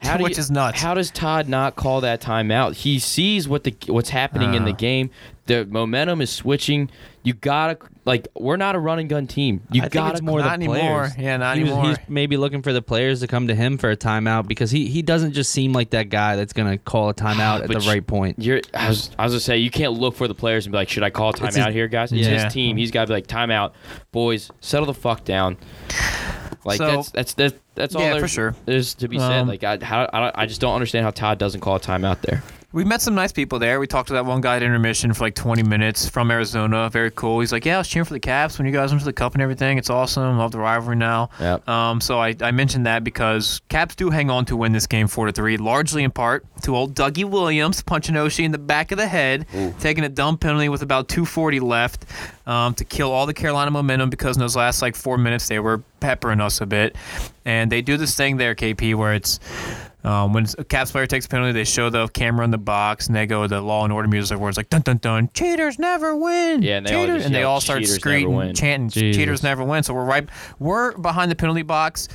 C: How do
A: which
C: you-
A: is nuts.
C: How does Todd not call that timeout? He sees what the what's happening in the
A: Uh.
C: game. The momentum is switching. You gotta like we're not a run and gun team. You
B: I think
C: gotta
B: it's more
A: Not
B: the
A: anymore.
B: players.
A: Yeah, not
B: he was,
A: anymore.
B: He's maybe looking for the players to come to him for a timeout because he, he doesn't just seem like that guy that's gonna call a timeout at
C: But
B: the
C: you-
B: right point.
C: You're, I was, I was gonna say you can't look for the players and be like, should I call timeout
B: his-
C: here, guys? It's
A: Yeah.
C: his team. He's gotta be like, timeout, boys, settle the fuck down. Like
A: So-
C: that's that's that's that's all
A: Yeah,
C: there-
A: for sure.
C: there's to be said.
A: Um,
C: like I how I, don't- I just don't understand how Todd doesn't call a timeout there.
A: we met some nice people there. We talked to that one guy at intermission for like 20 minutes from Arizona. Very cool. He's like, yeah, I was cheering for the Caps when you guys went to the Cup and everything. It's awesome. Love the rivalry now.
C: Yep.
A: Um, so I, I mentioned that because Caps do hang on to win this game 4 to 3, largely in part to old Dougie Williams punching Oshie in the back of the head, taking a dumb penalty with about 240 left um, to kill all the Carolina momentum because in those last like four minutes they were peppering us a bit. And they do this thing there, KP, where it's um, when a Caps player takes a penalty, they show the camera in the box and they go the law and order music where it's like dun dun dun, cheaters never win.
C: Yeah, and they all
A: cheaters.
C: just
A: and they
C: yell,
A: all start
C: "Cheaters never
A: screaming,
C: win."
A: chanting,
B: Jesus.
A: cheaters never win. So we're right, we're behind the penalty box,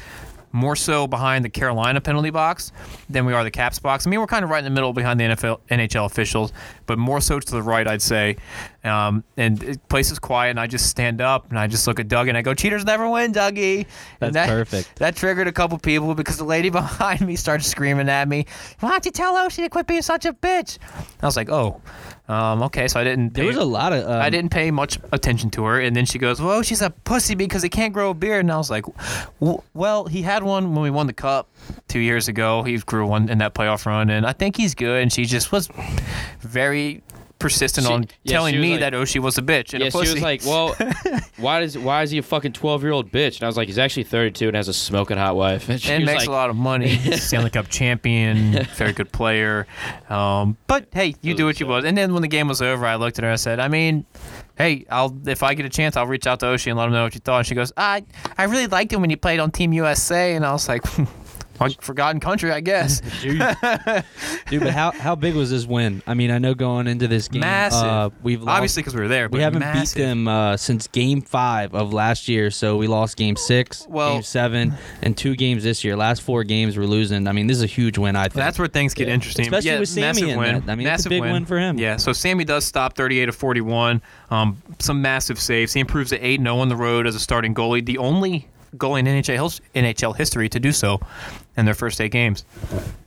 A: more so behind the Carolina penalty box than we are the Caps box. I mean, we're kind of right in the middle behind the NFL, NHL officials, but more so to the right, I'd say. Um, and the place is quiet, and I just stand up and I just look at Doug and I go, cheaters never win, Dougie.
B: That's
A: And
B: perfect.
A: that triggered a couple people because the lady behind me started screaming at me, Why don't you tell Oshie to quit being such a bitch? I was like, Oh, um, okay. So I didn't.
B: There
A: pay-
B: was a lot of. Um,
A: I didn't pay much attention to her, and then she goes, "Well, she's a pussy because he can't grow a beard." And I was like, w- "Well, he had one when we won the cup two years ago. He grew one in that playoff run, and I think he's good." And she just was very persistent
C: She-
A: on
C: yeah,
A: telling
C: she was
A: me
C: like-
A: that Oshie was a bitch and
C: Yeah,
A: a
C: she
A: pussy.
C: was like, "Well, why does why is he a fucking twelve year old bitch?" And I was like, "He's actually thirty two and has a smoking hot wife." And, she
A: and
C: was
A: makes
C: like,
A: a lot of money. Stanley Cup champion, very good player. Um, but hey, you do what you want. And then when the game was over, I looked at her. and I said, I mean, hey, I'll if I get a chance, I'll reach out to Oshie and let him know what you thought. And she goes, I I really liked him when you played on Team USA. And I was like. "Well, Forgotten country, I guess.
B: Dude, Dude, but how how big was this win? I mean, I know going into this game,
A: Massive.
B: uh, we've lost,
A: Obviously, because we were there. But
B: we haven't
A: massive.
B: beat them uh, since Game Five of last year. So we lost Game Six,
A: Well-
B: Game Seven, and two games this year. Last four games we're losing. I mean, this is a huge win. I think
A: That's where things get interesting.
B: Especially
A: yeah,
B: with Sammy
A: massive
B: in
A: win.
B: that. I mean, it's
A: massive
B: a big win for him.
A: Yeah, so Sammy does stop 38 of 41. Um, some massive saves. He improves to 8 0 on the road as a starting goalie, the only goalie in NHL, his- NHL history to do so in their first eight games.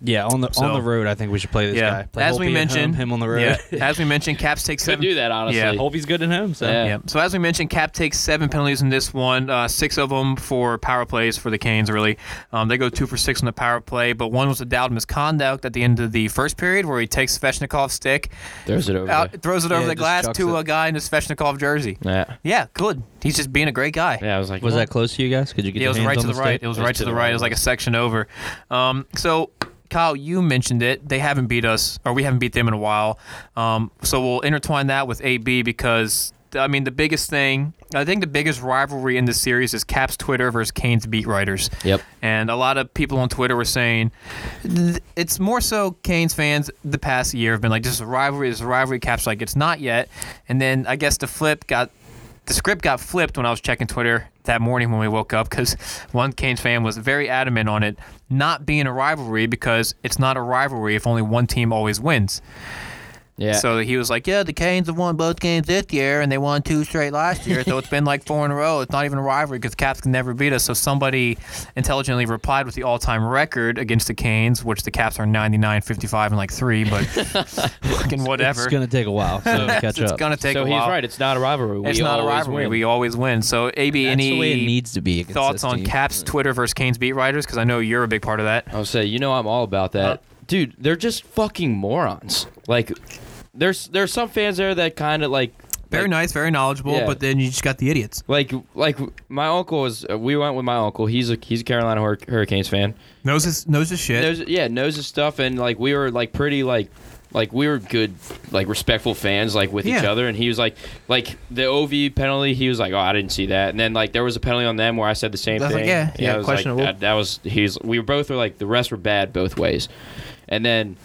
B: yeah on the on
A: So-
B: the road. I think we should play this
A: yeah,
B: guy. Play
A: as
B: Holtby
A: we
B: at
A: mentioned,
B: home, him on the road.
A: Yeah, as we mentioned, Caps takes
C: Could
A: seven.
C: do that honestly.
A: Yeah.
B: Hope he's good at home. So
C: Yeah.
A: Yeah. So as we mentioned, Cap takes seven penalties in this one. Uh, six of them for power plays for the Canes. Really, um, they go two for six on the power play, but one was a Dowd misconduct at the end of the first period where he takes Sveshnikov's stick,
C: There's it over.
A: out,
C: there.
A: throws it over
B: Yeah,
A: the
B: just
A: glass
B: chucks
A: to
B: it.
A: a guy in a Sveshnikov jersey.
C: Yeah,
A: Yeah, good. He's just being a great guy.
C: yeah. I was like,
B: was
C: "Well,
B: that close to you guys? Could you get
A: Yeah, it
B: your
A: was
B: hands
A: right
B: on
A: to the
B: the
A: right.
B: stick?
A: It was right to the right. It was like a section over. Um, so, Kyle, you mentioned it. They haven't beat us, or we haven't beat them in a while. Um, so we'll intertwine that with AB because I mean the biggest thing. I think the biggest rivalry in this series is Caps Twitter versus Kane's beat writers.
C: Yep.
A: And a lot of people on Twitter were saying th- it's more so Canes fans the past year have been like, this is a rivalry, this is a rivalry. Caps like, it's not yet. And then I guess the flip got, the script got flipped when I was checking Twitter that morning when we woke up because one Canes fan was very adamant on it not being a rivalry because it's not a rivalry if only one team always wins.
C: yeah.
A: So he was like, "Yeah, the Canes have won both games this year, and they won two straight last year. so it's been like four in a row. It's not even a rivalry because Caps can never beat us." So somebody intelligently replied with the all-time record against the Canes, which the Caps are 99, 55, and like three, but fucking whatever.
B: It's gonna take a while. So to catch
A: It's
B: up.
A: gonna take
C: so
A: a
C: he's
A: while.
C: right. It's not a rivalry.
A: It's
C: we
A: not a
C: always
A: rivalry.
C: Win.
A: We always win. So AB,
B: That's
A: any
B: the way it needs to be. against
A: thoughts
B: this
A: on
B: team.
A: Caps Twitter versus Canes beat writers? Because I know you're a big part of that.
C: I'll say, you know, I'm all about that,
A: Uh,
C: dude. They're just fucking morons. Like, there's there's some fans there that kind of like
A: Very
C: like,
A: nice, very knowledgeable,
C: Yeah.
A: but then you just got the idiots.
C: Like, like my uncle was. Uh, we went with my uncle. He's a he's a Carolina Hur- Hurricanes fan.
A: Knows his knows his shit.
C: Knows, yeah, knows his stuff, and like we were like pretty like like we were good like respectful fans like with each
A: Yeah.
C: other. And he was like like the OV penalty. He was like, oh, I didn't see that. And then like there was a penalty on them where I said the same
A: That's
C: thing.
A: like, yeah, yeah,
C: I was
A: questionable.
C: Like, that, that was he was. We were both were like the rest were bad both ways, and then.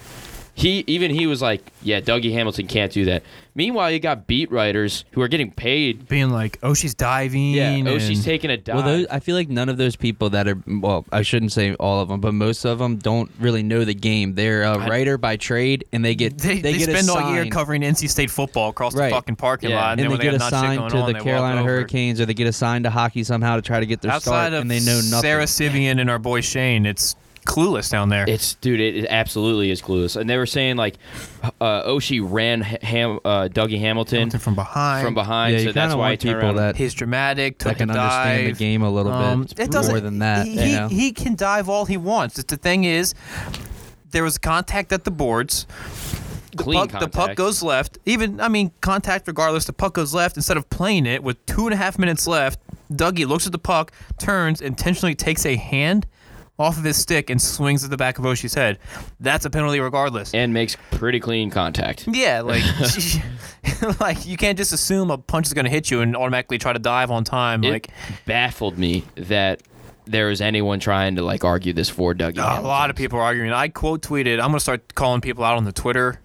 C: He even he was like, yeah, Dougie Hamilton can't do that. Meanwhile, you got beat writers who are getting paid.
A: Being like, oh, she's diving.
C: Yeah, oh, she's
A: and-
C: taking a dive.
B: Well, those, I feel like none of those people that are well, I shouldn't say all of them, but most of them don't really know the game. They're a writer by trade, and they get
A: they, they
B: get
A: spend
B: assigned,
A: all year covering NC State football across
B: Right.
A: the fucking parking
C: Yeah.
A: lot, and,
B: and, they,
A: then when
B: get
A: they have not shit
B: assigned
A: going
B: to
A: on,
B: the
A: they walk
B: Carolina
A: over.
B: Hurricanes, or they get assigned to hockey somehow to try to get their
A: Outside
B: start,
A: of
B: and they know nothing.
A: Sarah Sivian and our boy Shane, it's clueless down there.
C: It's dude, it, it absolutely is clueless. And they were saying like, uh, Oshie ran Ha- Ham, uh, Dougie Hamilton
A: Something from behind,
C: from behind,
B: yeah, you
C: so that's
B: kinda
C: why he
B: want
C: turned
B: people
C: around.
B: that
A: He's dramatic.
B: that
A: Took
B: can
A: a
B: understand the
A: dive.
B: game a little
A: Um,
B: bit.
A: it doesn't-
B: more than that,
A: He,
B: you know?
A: he can dive all he wants. The thing is, there was contact at the boards. the
C: Clean
A: puck the puck
C: contact.
A: goes left. Even I mean contact regardless, the puck goes left. Instead of playing it with two and a half minutes left, Dougie looks at the puck, turns, intentionally takes a hand off of his stick and swings at the back of Oshie's head. That's a penalty regardless.
C: and makes pretty clean contact.
B: Hmm,
A: yeah, like like you can't just assume a punch is gonna hit you and automatically try to dive on time. like
C: it baffled me that there was anyone trying to like argue this for Dougie.
A: a lot of people are arguing. I quote tweeted, I'm going to start calling people out on the Twitter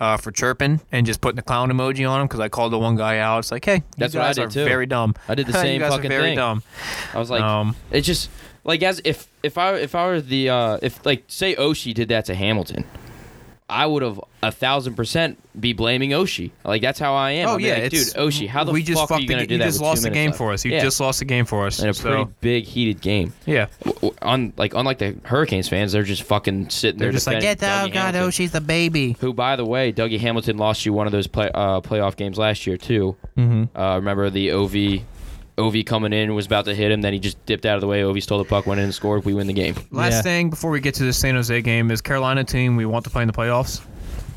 A: uh, for chirping and just putting the clown emoji on them because I called the one guy out. It's like, hey, you
C: That's what I
A: guys
C: did,
A: are
C: too.
A: very dumb.
C: I did the
A: You
C: same
A: guys are
C: fucking
A: very
C: thing.
A: dumb.
C: I was like,
A: Um,
C: it's just like as if if I if I were the uh if like say Oshi did that to Hamilton, I would have a thousand percent be blaming Oshi. Like that's how I am.
A: Oh,
C: I'd be
A: yeah.
C: like, dude,
A: it's-
C: Oshi, how the
A: we just
C: fuck are
A: fucked
C: you
A: the
C: gonna
A: ga-
C: do
A: You
C: that?
A: just
C: with two
A: lost the
C: minutes
A: game
C: left?
A: for us. You
C: Yeah.
A: just lost the game for us.
C: in a
A: so,
C: pretty big heated game.
A: yeah.
C: W- w- On like unlike the Hurricanes fans, they're just fucking sitting
A: They're
C: there
A: just like,
C: defending
A: get down,
C: Dougie
A: God,
C: Hamilton.
A: oh, she's the baby.
C: Who, by the way, Dougie Hamilton lost you one of those play, uh, playoff games last year too. Mm-hmm. Uh, remember the OV, OV coming in was about to hit him, then he just dipped out of the way. OV stole the puck, went in and scored. We win the game.
A: Last
B: Yeah.
A: thing before we get to the San Jose game is Carolina team we want to play in the playoffs.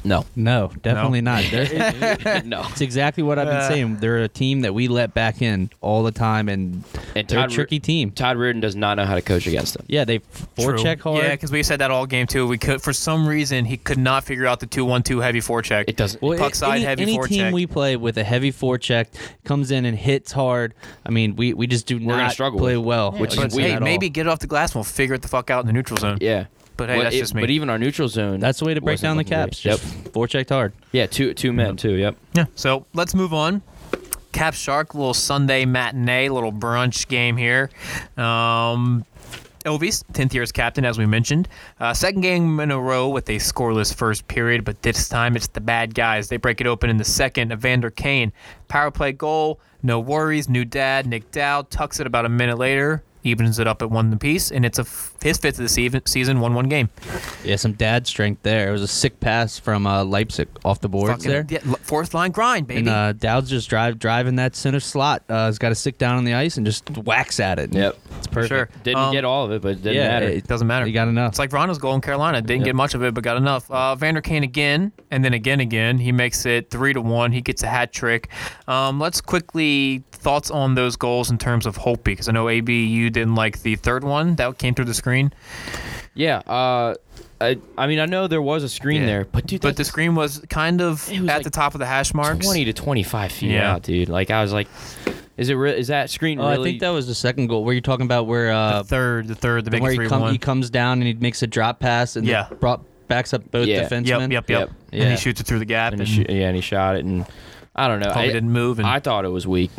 C: No,
B: No, definitely not. They're-
C: no.
B: It's exactly what I've been
A: Uh.
B: saying. They're a team that we let back in all the time, and,
C: And
B: they're a
C: Todd Ru-
B: tricky team.
C: Todd Reardon does not know how to coach against them.
B: Yeah, they
A: True.
B: forecheck hard.
A: Yeah, because we said that all game too. We could, for some reason, he could not figure out the two-one-two heavy forecheck.
C: It doesn't.
A: Puck side,
B: any,
A: heavy
B: any
A: forecheck.
B: team we play with a heavy forecheck comes in and hits hard. I mean, we, we just do
C: gonna
B: not
C: struggle
B: play
C: with it.
B: well.
C: Which
B: Which
C: is
A: But
B: is
C: weird.
A: hey, maybe get it off the glass and we'll figure it the fuck out in the neutral zone.
C: yeah.
A: But hey,
C: Well,
A: that's
C: it-
A: just me.
C: But even our neutral zone.
B: that's the way to break
C: wasn't
B: down the
C: looking great.
B: Caps. Just forechecked hard.
C: Yep. Yeah. Two two men too. Yep.
A: Yeah. So let's move on. Cap Shark, little Sunday matinee, little brunch game here. Um, Ovies, 10th year as captain, as we mentioned. Uh, second game in a row with a scoreless first period, but this time it's the bad guys. They break it open in the second. Evander Kane, power play goal, no worries. New dad, Nick Dow, tucks it about a minute later, evens it up at one apiece, and it's a f- his fifth of the se- season, 1 1 game.
B: Yeah, some dad strength there. It was a sick pass from uh, Leipzig off the boards
A: Fucking-
B: there.
A: yeah, l- fourth line grind, baby.
B: And uh, Dowd's just drive driving that center slot. Uh, has got to stick down on the ice and just whacks at it.
C: Yep.
B: it's perfect.
A: sure.
C: Didn't
A: Um,
C: get all of it, but it didn't
B: yeah,
C: matter.
B: it-
A: Doesn't matter.
B: You got enough.
A: It's like Rondo's goal in Carolina. Didn't get much of it, but got enough. Uh, Vander Kane again, and then again, again. He makes it three to one. He gets a hat trick. Um, let's quickly thoughts on those goals in terms of Holtby, because I know AB you didn't like the third one that came through the screen,
C: yeah. Uh, I, I mean, I know there was a screen
A: Yeah.
C: there, but dude,
A: but
C: that's
A: the screen was kind of
C: It was
A: at
C: like
A: the top of the hash marks.
C: 20 to 25 feet
A: Yeah.
C: out, dude. Like, I was like, is it re- is that screen
B: Oh,
C: really?
B: I think that was the second goal. Where you're talking about where
A: the
B: uh,
A: third, the third, the big
B: where
A: three
B: he, come, he
A: one.
B: comes down and he makes a drop pass and
A: Yeah.
B: brought backs up both
C: Yeah.
B: defensemen.
A: Yep, yep, yep,
C: Yep.
A: And
B: Yeah.
A: he shoots it through the gap,
C: and
A: and,
C: he sh- yeah, and he shot it, and I don't know.
A: Probably
C: I,
A: didn't move and-
C: I thought it was weak.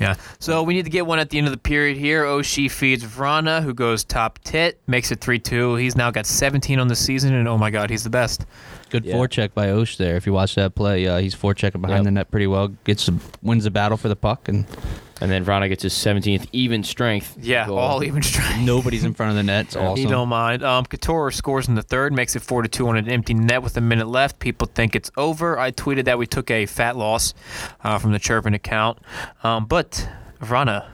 A: Yeah. So we need to get one at the end of the period here. Oshie feeds Vrana, who goes top tit, makes it 3 2. He's now got 17 on the season, and oh my God, he's the best.
B: Good
C: Yeah.
B: forecheck by Osh there. If you watch that play, uh, he's forechecking behind
C: Yep.
B: the net pretty well. Gets the, wins the battle for the puck and
C: And then Vrana gets his 17th even strength.
A: Yeah,
C: goal.
A: all even strength.
B: nobody's in front of the net. It's
A: He don't
B: awesome.
A: mind. Um, Couture scores in the third, makes it four to two on an empty net with a minute left. People think it's over. I tweeted that we took a fat loss uh, from the Chirpin account, um, but Vrana,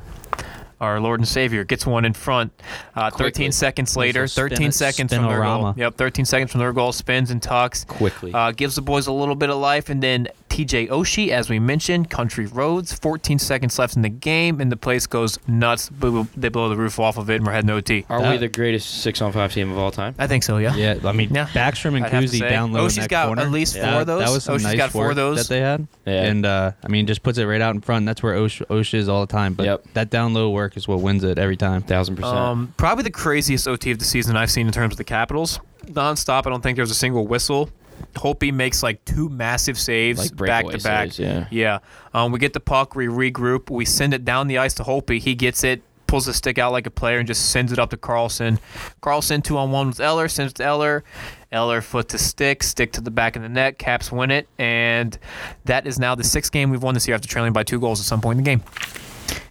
A: our Lord and Savior, gets one in front. Uh,
C: Quickly.
A: Thirteen seconds later,
B: Spin-
A: thirteen seconds from their goal.
B: spinorama.
A: Yep, thirteen seconds from their goal, spins and tucks
C: Quickly.
A: Uh, gives the boys a little bit of life, and then TJ Oshie, as we mentioned, Country Roads. Fourteen seconds left in the game, and the place goes nuts. Boo- They blow the roof off of it, and we're heading to OT.
C: Are we
B: That-
C: the greatest six on five team of all time?
A: I think so. Yeah.
B: Yeah, I mean
A: Yeah.
B: Backstrom and
A: I'd have to
B: Kuzi
A: say.
B: down low.
A: Oshie's
B: in that
A: got
B: corner.
A: at least four of
B: That- That
A: those.
B: was some
A: Oshie's
B: nice
A: got four of
B: work
A: those.
B: that they had.
C: Yeah.
B: And uh, I mean, just puts it right out in front. That's where Osh, Osh is all the time. But
C: Yep.
B: that down low work is what wins it every time.
C: Thousand percent.
A: Um, probably the craziest OT of the season I've seen in terms of the Capitals. Nonstop. I don't think there's a single whistle. Holtby makes like two massive saves
C: Like
A: back
C: breakaway
A: to back.
C: saves, yeah.
A: Yeah. Um, we get the puck, we regroup, we send it down the ice to Holtby. He gets it, pulls the stick out like a player, and just sends it up to Carlson. Carlson two on one with Eller, sends it to Eller. Eller foot to stick, stick to the back of the net. Caps win it, and that is now the sixth game we've won this year after trailing by two goals at some point in the game.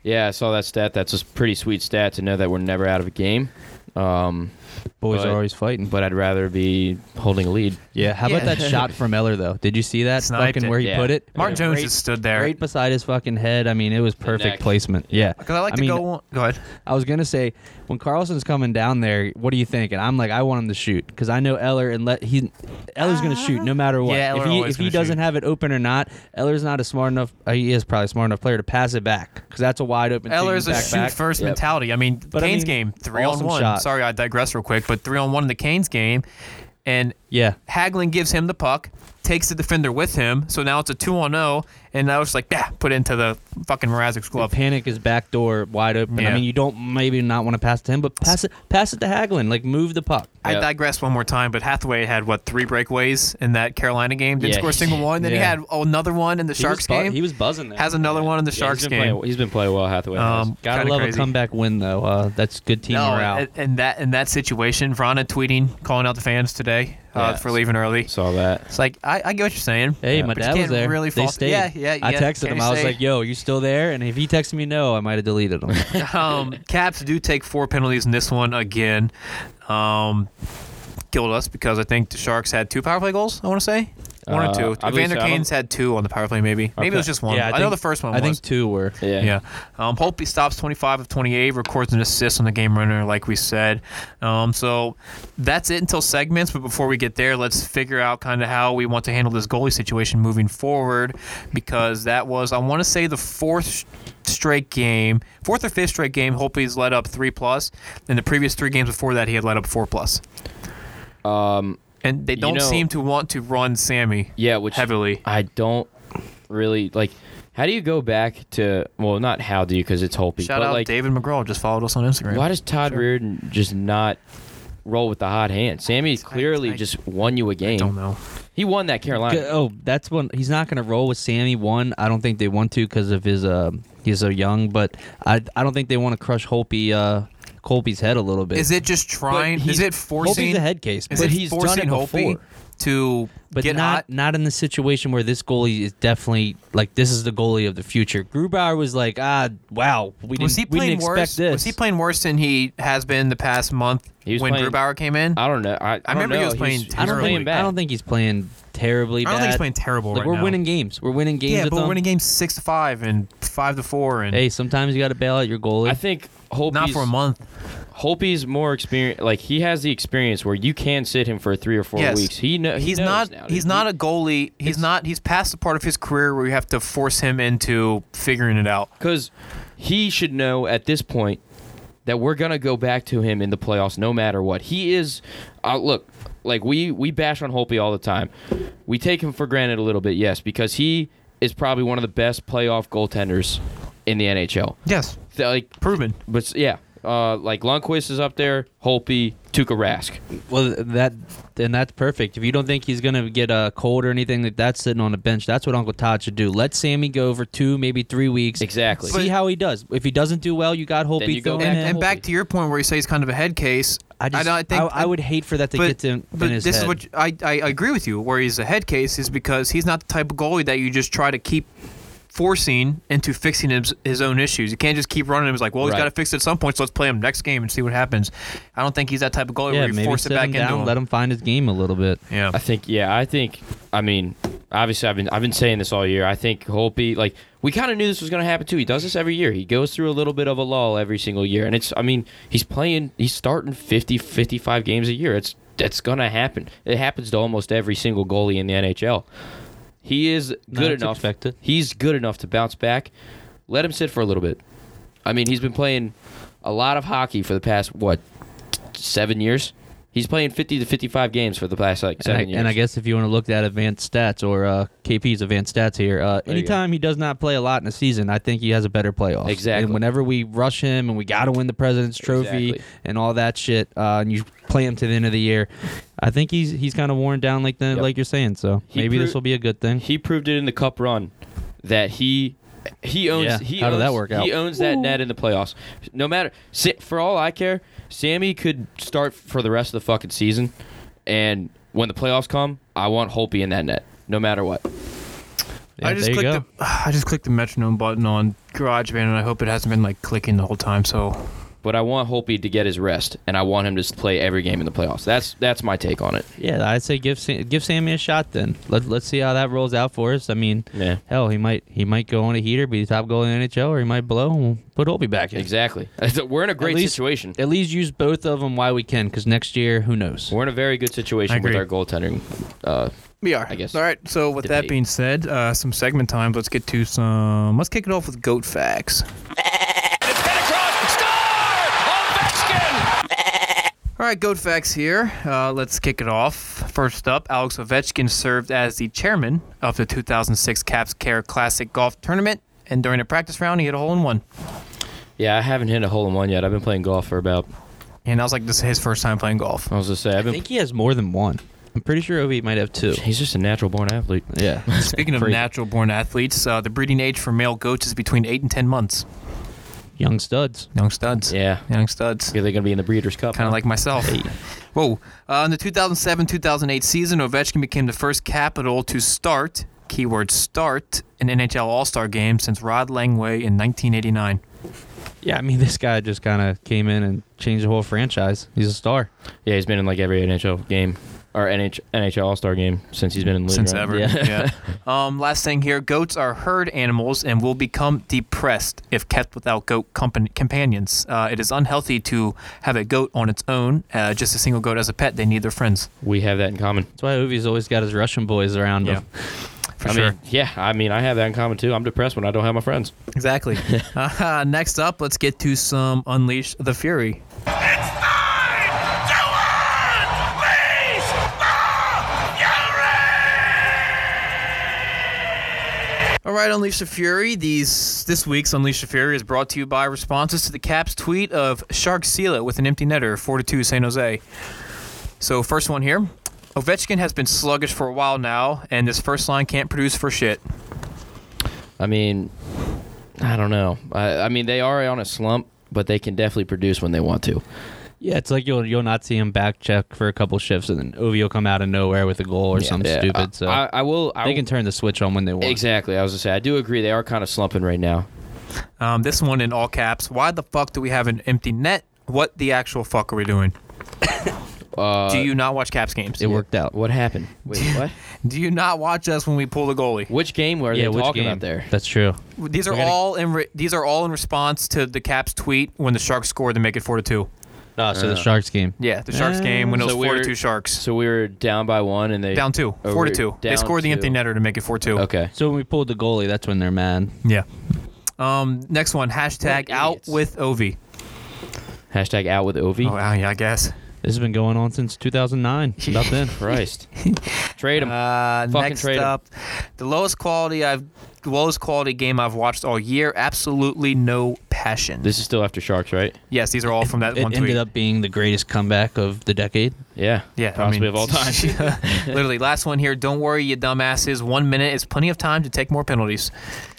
C: yeah, I saw that stat. That's a pretty sweet stat to know that we're never out of a game. Um,
B: Boys
C: But-
B: are always fighting. But
C: but I'd rather be holding a lead.
B: yeah, how
A: Yeah.
B: about that shot from Eller though? Did you see that?
A: Sniped
B: fucking
A: it.
B: where he
C: Yeah.
B: put it.
A: Martin Jones
B: Great-
A: just stood there.
B: Right beside his fucking head. I mean, it was perfect
C: neck.
B: placement. Yeah.
A: Because I like
B: I
A: to
B: mean,
A: go on. Go ahead.
B: I was gonna say when Carlson's coming down there, what do you think? And I'm like, I want him to shoot because I know Eller and let he Eller's gonna shoot no matter what.
A: Yeah,
B: if
A: Eller
B: he
A: always
B: if he
A: gonna
B: doesn't
A: shoot.
B: have it open or not, Eller's not a smart enough. Uh, he is probably a smart enough player to pass it back because that's a wide open.
A: Eller's a
B: back,
A: shoot
B: back.
A: first
B: Yep.
A: mentality. I mean,
B: I
A: Kane's
B: mean,
A: game, three
B: awesome
A: on one.
B: shot.
A: Sorry, I digress real quick, but three on one in the Kane's game, and
B: Yeah.
A: Haglin gives him the puck, takes the defender with him, so now it's a two on zero, and now it's like, bah, put it into the fucking Mrazek's glove.
B: Panic is back door wide open. I
A: Yeah.
B: mean, you don't maybe not want to pass to him, but pass it, pass it to Haglin. Like move the puck.
A: I
C: Yeah.
A: digress one more time, but Hathaway had what three breakaways in that Carolina game? Didn't
C: Yeah.
A: score a single one. Then he
B: Yeah.
A: had another one in the
B: He was
A: Sharks
B: bu-
A: game.
B: He was buzzing. There.
A: has another one in the Sharks
C: he's been
A: game.
C: Playing, he's been playing well, Hathaway. has.
A: Um,
B: Gotta
A: kinda
B: love
A: crazy.
B: a comeback win though. Uh, that's good team morale.
A: and, and that in that situation, Vrana tweeting, calling out the fans today uh,
C: Yeah.
A: for leaving early.
C: Saw that.
A: It's like I, I get what you're saying.
B: Hey,
C: Yeah.
B: my
A: But you
B: dad was
A: can't
B: there.
A: really
B: they
A: fault-
B: stayed.
A: Yeah, yeah,
B: I
A: yeah.
B: texted
A: Can
B: him.
A: you
B: I was
A: say-
B: like, "Yo, you still there?" And if he texted me no, I might have deleted him.
A: um, Caps do take four penalties in this one again. Um, killed us because I think the Sharks had two power play goals. I want to say one
C: Uh,
A: or two.
C: I believe
A: Evander
C: so. I don't-
A: Kane's had two on the power play. Maybe maybe it was
C: Okay.
A: just one. I,
B: Yeah, I
A: know
B: think-
A: the first one.
B: I
A: was.
B: think two were.
C: Yeah.
A: Yeah. Um, Holtby stops 25 of 28, records an assist on the game runner, like we said. Um, so that's it until segments. But before we get there, let's figure out kind of how we want to handle this goalie situation moving forward because that was, I want to say, the fourth sh- straight game, fourth or fifth straight game, Holtby's let up three plus. In the previous three games before that, he had let up four plus.
C: Um,
A: And they
C: You
A: don't
C: know-
A: seem to want to run Sammy
C: yeah, which
A: heavily.
C: I don't really like. How do you go back to? Well, not how do you because it's Holpe.
A: Shout
C: but
A: out
C: like,
A: David McGraw, just followed us on Instagram.
C: why does Todd Reardon just not roll with the hot hand? Sammy clearly
A: I-
C: just won you a
A: I don't
C: game.
A: know.
C: He won that Carolina.
B: Good- Oh, that's one. He's not going to roll with Sammy. One, I don't think they want to because of his. Uh, he's so young, but I I don't think they want to crush Holpe. Uh, Holpe's head a little bit.
A: Is it just trying?
C: he-
A: Is it
B: Holpe's
A: forcing?
B: a head case,
A: Is
B: but
A: it
B: he's done
A: forcing
B: it
A: Holtby
B: before.
A: to
B: But
A: get
B: not
A: hot?
B: not in the situation where this goalie is definitely like this is the goalie of the future. Grubauer was like, ah, wow, we didn't,
A: Was he
B: we
A: playing
B: didn't expect
A: worse?
B: this.
A: Was he playing worse than he has been the past month
C: He was
A: when
C: playing-
A: Grubauer came in? I,
C: I don't know. I, don't
A: remember he
C: know.
A: was playing
C: He's,
B: I don't
A: terribly.
B: think
C: bad.
B: I don't think he's playing terribly.
A: don't think he's
B: bad.
A: playing terrible
B: Like
A: right
B: we're
A: now.
B: winning games. We're winning games.
A: Yeah,
B: with
A: but we're
B: him.
A: winning games six to five and five to four, and
B: Hey, sometimes you got to bail out your goalie.
C: I think Holpe's,
A: not for a month.
C: Holpe's more experience. Like he has the experience where you can sit him for three or four
A: Yes.
C: weeks. He know he
A: he's
C: knows
A: not.
C: now.
A: he's
C: He-
A: not a goalie. He's not. He's past the part of his career where you have to force him into figuring it out.
C: Because he should know at this point that we're gonna go back to him in the playoffs no matter what. He is. Uh, look, like we we bash on Holpe all the time. We take him for granted a little bit, yes, because he is probably one of the best playoff goaltenders in the NHL.
A: Yes,
C: Th- Like,
A: proven.
C: but s- yeah. Uh, like Lundqvist is up there, Holpe, Tuukka Rask.
B: well, that then that's perfect. If you don't think he's gonna get a uh, cold or anything like that, sitting on the bench, that's what Uncle Todd should do. Let Sammy go for two, maybe three weeks.
C: Exactly.
B: See
A: But-
B: how he does. If he doesn't do well, you got Holpe.
C: Then you go
B: thrown
C: back
A: And,
B: in.
A: and back to your point where you say he's kind of a head case.
B: I just
A: don't-
B: I,
A: think
B: I would hate for that to get to him
A: but
B: in his
A: this
B: head.
A: is what you- I, I agree with you. Where he's a head case is because he's not the type of goalie that you just try to keep forcing into fixing his, his own issues. You can't just keep running him. It's like, well, he's
C: Right.
A: got to fix it at some point. So let's play him next game and see what happens. I don't think he's that type of goalie
B: yeah,
A: where you
B: maybe
A: force it
B: sit
A: back
B: him
A: into
B: down,
A: him.
B: let him find his game a little bit.
A: Yeah.
C: I think yeah, I think I mean obviously I've been I've been saying this all year. I think Holpe like we kind of knew this was going to happen too. He does this every year. He goes through a little bit of a lull every single year and it's I mean, he's playing he's starting 50 55 games a year. It's that's going to happen. It happens to almost every single goalie in the NHL. He is
B: No,
C: good
B: it's
C: enough.
B: expected.
C: He's good enough to bounce back. Let him sit for a little bit. I mean, he's been playing a lot of hockey for the past what seven years. He's playing fifty to fifty-five games for the past like
B: And
C: seven
B: I,
C: years.
B: and I guess if you want to look at advanced stats or uh, KP's advanced stats here, uh,
C: you
B: anytime he does not play a lot in a season, I think he has a better playoff.
C: Exactly.
B: And whenever we rush him and we got to win the President's Trophy
C: Exactly.
B: and all that shit, uh, and you play him to the end of the year, I think he's he's kind of worn down like the,
C: Yep.
B: like you're saying. So
C: He
B: maybe
C: pro-
B: this will be a good thing.
C: he proved it in the cup run that he he owns
B: Yeah,
C: he
B: how did
C: owns,
B: that work out?
C: he owns that net in the playoffs no matter Sa- for all i care sammy could start for the rest of the fucking season and when the playoffs come i want holpe in that net no matter what
B: Yeah,
A: I just
B: there you
A: clicked
B: go.
A: the I just clicked the metronome button on GarageBand and I hope it hasn't been like clicking the whole time. So
C: but I want Holpe to get his rest, and I want him to play every game in the playoffs. That's that's my take on it.
B: Yeah, I'd say give Sam, give Sammy a shot then. Let let's see how that rolls out for us. I mean,
C: Yeah.
B: hell, he might he might go on a heater, be the top goal in the NHL, or he might blow and we'll put Holby back in.
C: Exactly. We're in a great
B: At least-
C: situation.
B: At least use both of them while we can, because next year, who knows?
C: We're in a very good
A: I
C: situation
A: agree.
C: with our goaltending. Uh,
A: We are.
C: I guess.
A: All right. So with that
C: Debate.
A: being said, uh, some segment time. Let's get to some. Let's kick it off with goat facts. All right, goat facts here. Uh, let's kick it off. First up, Alex Ovechkin served as the chairman of the 2006 Caps Care Classic Golf Tournament, and during a practice round, he hit a hole in one.
C: yeah, I haven't hit a hole in one yet. I've been playing golf for about.
A: And I was like, this is his first time playing golf.
C: I was gonna say I've
B: I
C: been.
B: think he has more than one. I'm pretty sure Ovi might have two.
C: He's just a natural born athlete.
B: Yeah.
A: Speaking of
B: Crazy.
A: natural born athletes, uh, the breeding age for male goats is between 8 and 10 months.
B: Young studs.
A: Young studs.
C: Yeah.
A: Young studs.
C: They're gonna be in the Breeders' Cup.
A: Kind
C: huh?
A: of like myself. Whoa. Uh, in the 2007 2008 season, Ovechkin became the first Capital to start, keyword start, an NHL All Star game since Rod Langway in 1989.
B: Yeah, I mean, this guy just kind of came in and changed the whole franchise. He's a star.
C: Yeah, he's been in like every NHL game or NH- NHL All Star game since he's been in the league.
A: Since
C: right?
A: ever. Yeah. um, last thing here goats are herd animals and will become depressed if kept without goat compan- companions. Uh, it is unhealthy to have a goat on its own, uh, just a single goat as a pet. They need their friends.
C: We have that in common.
B: That's why Ovi's always got his Russian boys around him.
A: For
C: I
A: sure.
C: mean, yeah, I mean, I have that in common too. I'm depressed when I don't have my friends.
A: Exactly. uh, next up, let's get to some Unleash the Fury. All right, Unleash the Fury. These this week's Unleash the Fury is brought to you by responses to the Caps tweet of Shark Sela with an empty netter, four to two, San Jose. So first one here. Ovechkin has been sluggish for a while now, and this first line can't produce for shit.
C: I mean, I don't know. I, I mean, they are on a slump, but they can definitely produce when they want to.
B: Yeah, it's like you'll you'll not see him back check for a couple shifts, and then Ovi will come out of nowhere with a goal or something
C: Yeah,
B: stupid. So
C: I, I will. I
B: they
C: will-
B: can turn the switch on when they want.
C: exactly. I was gonna say I do agree. They are kind of slumping right now.
A: Um, this one in all caps. Why the fuck do we have an empty net? What the actual fuck are we doing? do you not watch Caps games?
B: It worked out.
C: Uh, What happened? Wait, what?
A: Do you not watch us when we pull the goalie?
C: Which game were
B: Yeah,
C: they
B: which
C: talking
B: game?
C: about there?
B: That's true.
A: These are
B: We gotta-
A: all in re- these are all in response to the Caps tweet when the Sharks scored to make it four to two.
C: Ah,
B: No, Ah, so the Sharks game.
A: Yeah, the Sharks game when it was
C: Uh, So
A: four to
C: we're-
A: two Sharks.
C: So we were down by one, and they
A: Down two,
C: Oh,
A: four to
C: we're
A: two. They
C: down
A: scored the empty
C: two.
A: netter to make it four two.
C: Okay.
B: So when we pulled the goalie, that's when they're mad.
A: Yeah. Um, next one. Hashtag
C: We're
A: out
C: idiots.
A: with Ovi.
C: Hashtag out with Ovi.
A: Oh wow, yeah, I guess.
B: This has been going on since 2009. About then.
C: Christ. Trade him.
A: Uh,
C: Fucking
A: next
C: trade 'em.
A: up, the lowest quality I've the lowest quality game I've watched all year. Absolutely no passion.
C: this is still after Sharks, right?
A: yes, these are all from that
B: It
A: one
B: ended
A: tweet.
B: up being the greatest comeback of the decade.
C: Yeah.
A: yeah, I
C: Possibly
A: mean,
C: of all time.
A: literally, last one here. Don't worry, you dumbasses. One minute is plenty of time to take more penalties.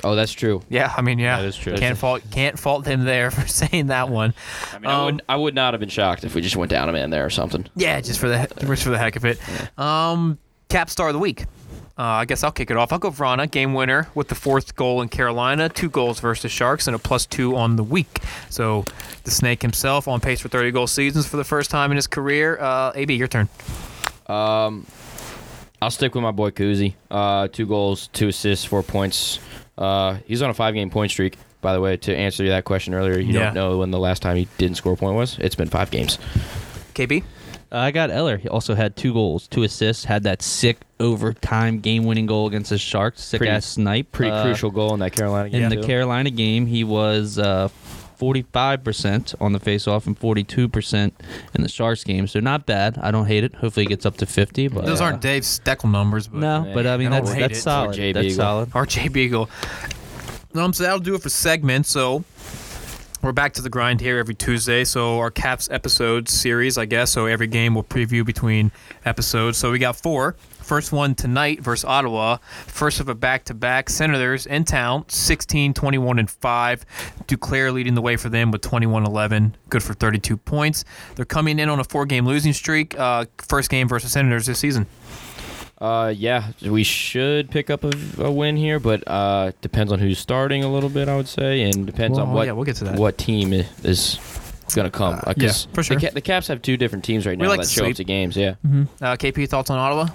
C: oh, that's true.
A: Yeah, I mean, yeah,
B: That is true.
A: Can't fault can't fault him there for saying that one.
C: I mean, I, would, I would not have been shocked if we just went down a man there or something.
A: Yeah, just for the he- just for the heck of it. Um, cap star of the week. Uh, I guess I'll kick it off. I'll go Vrana, game winner with the fourth goal in Carolina, two goals versus Sharks, and a plus two on the week. So the snake himself on pace for 30 goal seasons for the first time in his career. Uh, AB, your turn.
C: I'll stick with my boy Kuzi. Uh, two goals, two assists, four points. Uh, he's on a five game point streak, by the way, to answer that question earlier. You
A: Yeah.
C: don't know when the last time he didn't score a point was? It's been five games.
A: KB.
B: Uh, I got Eller. He also had two goals, two assists. Had that sick overtime game-winning goal against the Sharks. Sick
C: Pretty-
B: ass snipe.
C: Pretty
B: Uh,
C: crucial goal in that Carolina game.
B: In the
C: too.
B: Carolina game, he was uh, 45% on the faceoff and 42% in the Sharks game. So not bad. I don't hate it. Hopefully it gets up to 50. But
A: Those
B: uh,
A: aren't Dave Steckel numbers, but
B: No, but I mean
A: I don't
B: that's
A: hate
B: that's
A: it.
B: solid.
C: Or Jay
B: That's
C: Beagle.
B: solid.
A: RJ Beagle. Um, so that'll do it for segment. So we're back to the grind here every Tuesday. So our Caps episode series, I guess. So every game we'll preview between episodes. So we got four. First one tonight versus Ottawa. First of a back-to-back. Senators in town, 16, 21, and 5. Duclair leading the way for them with 21-11. Good for 32 points. They're coming in on a four-game losing streak. Uh, first game versus Senators this season.
C: Uh, yeah, we should pick up a, a win here, but uh, depends on who's starting a little bit, I would say, and depends on
A: Well,
C: what
A: yeah, we'll get to that.
C: what team i- is gonna come. Uh,
D: yeah,
C: 'cause
A: for sure.
C: The, Ca- the Caps have two different teams right
A: We
C: now
A: like
C: that
A: to
C: show
A: sweep.
C: up to games. Yeah,
A: Uh, KP, thoughts on Ottawa?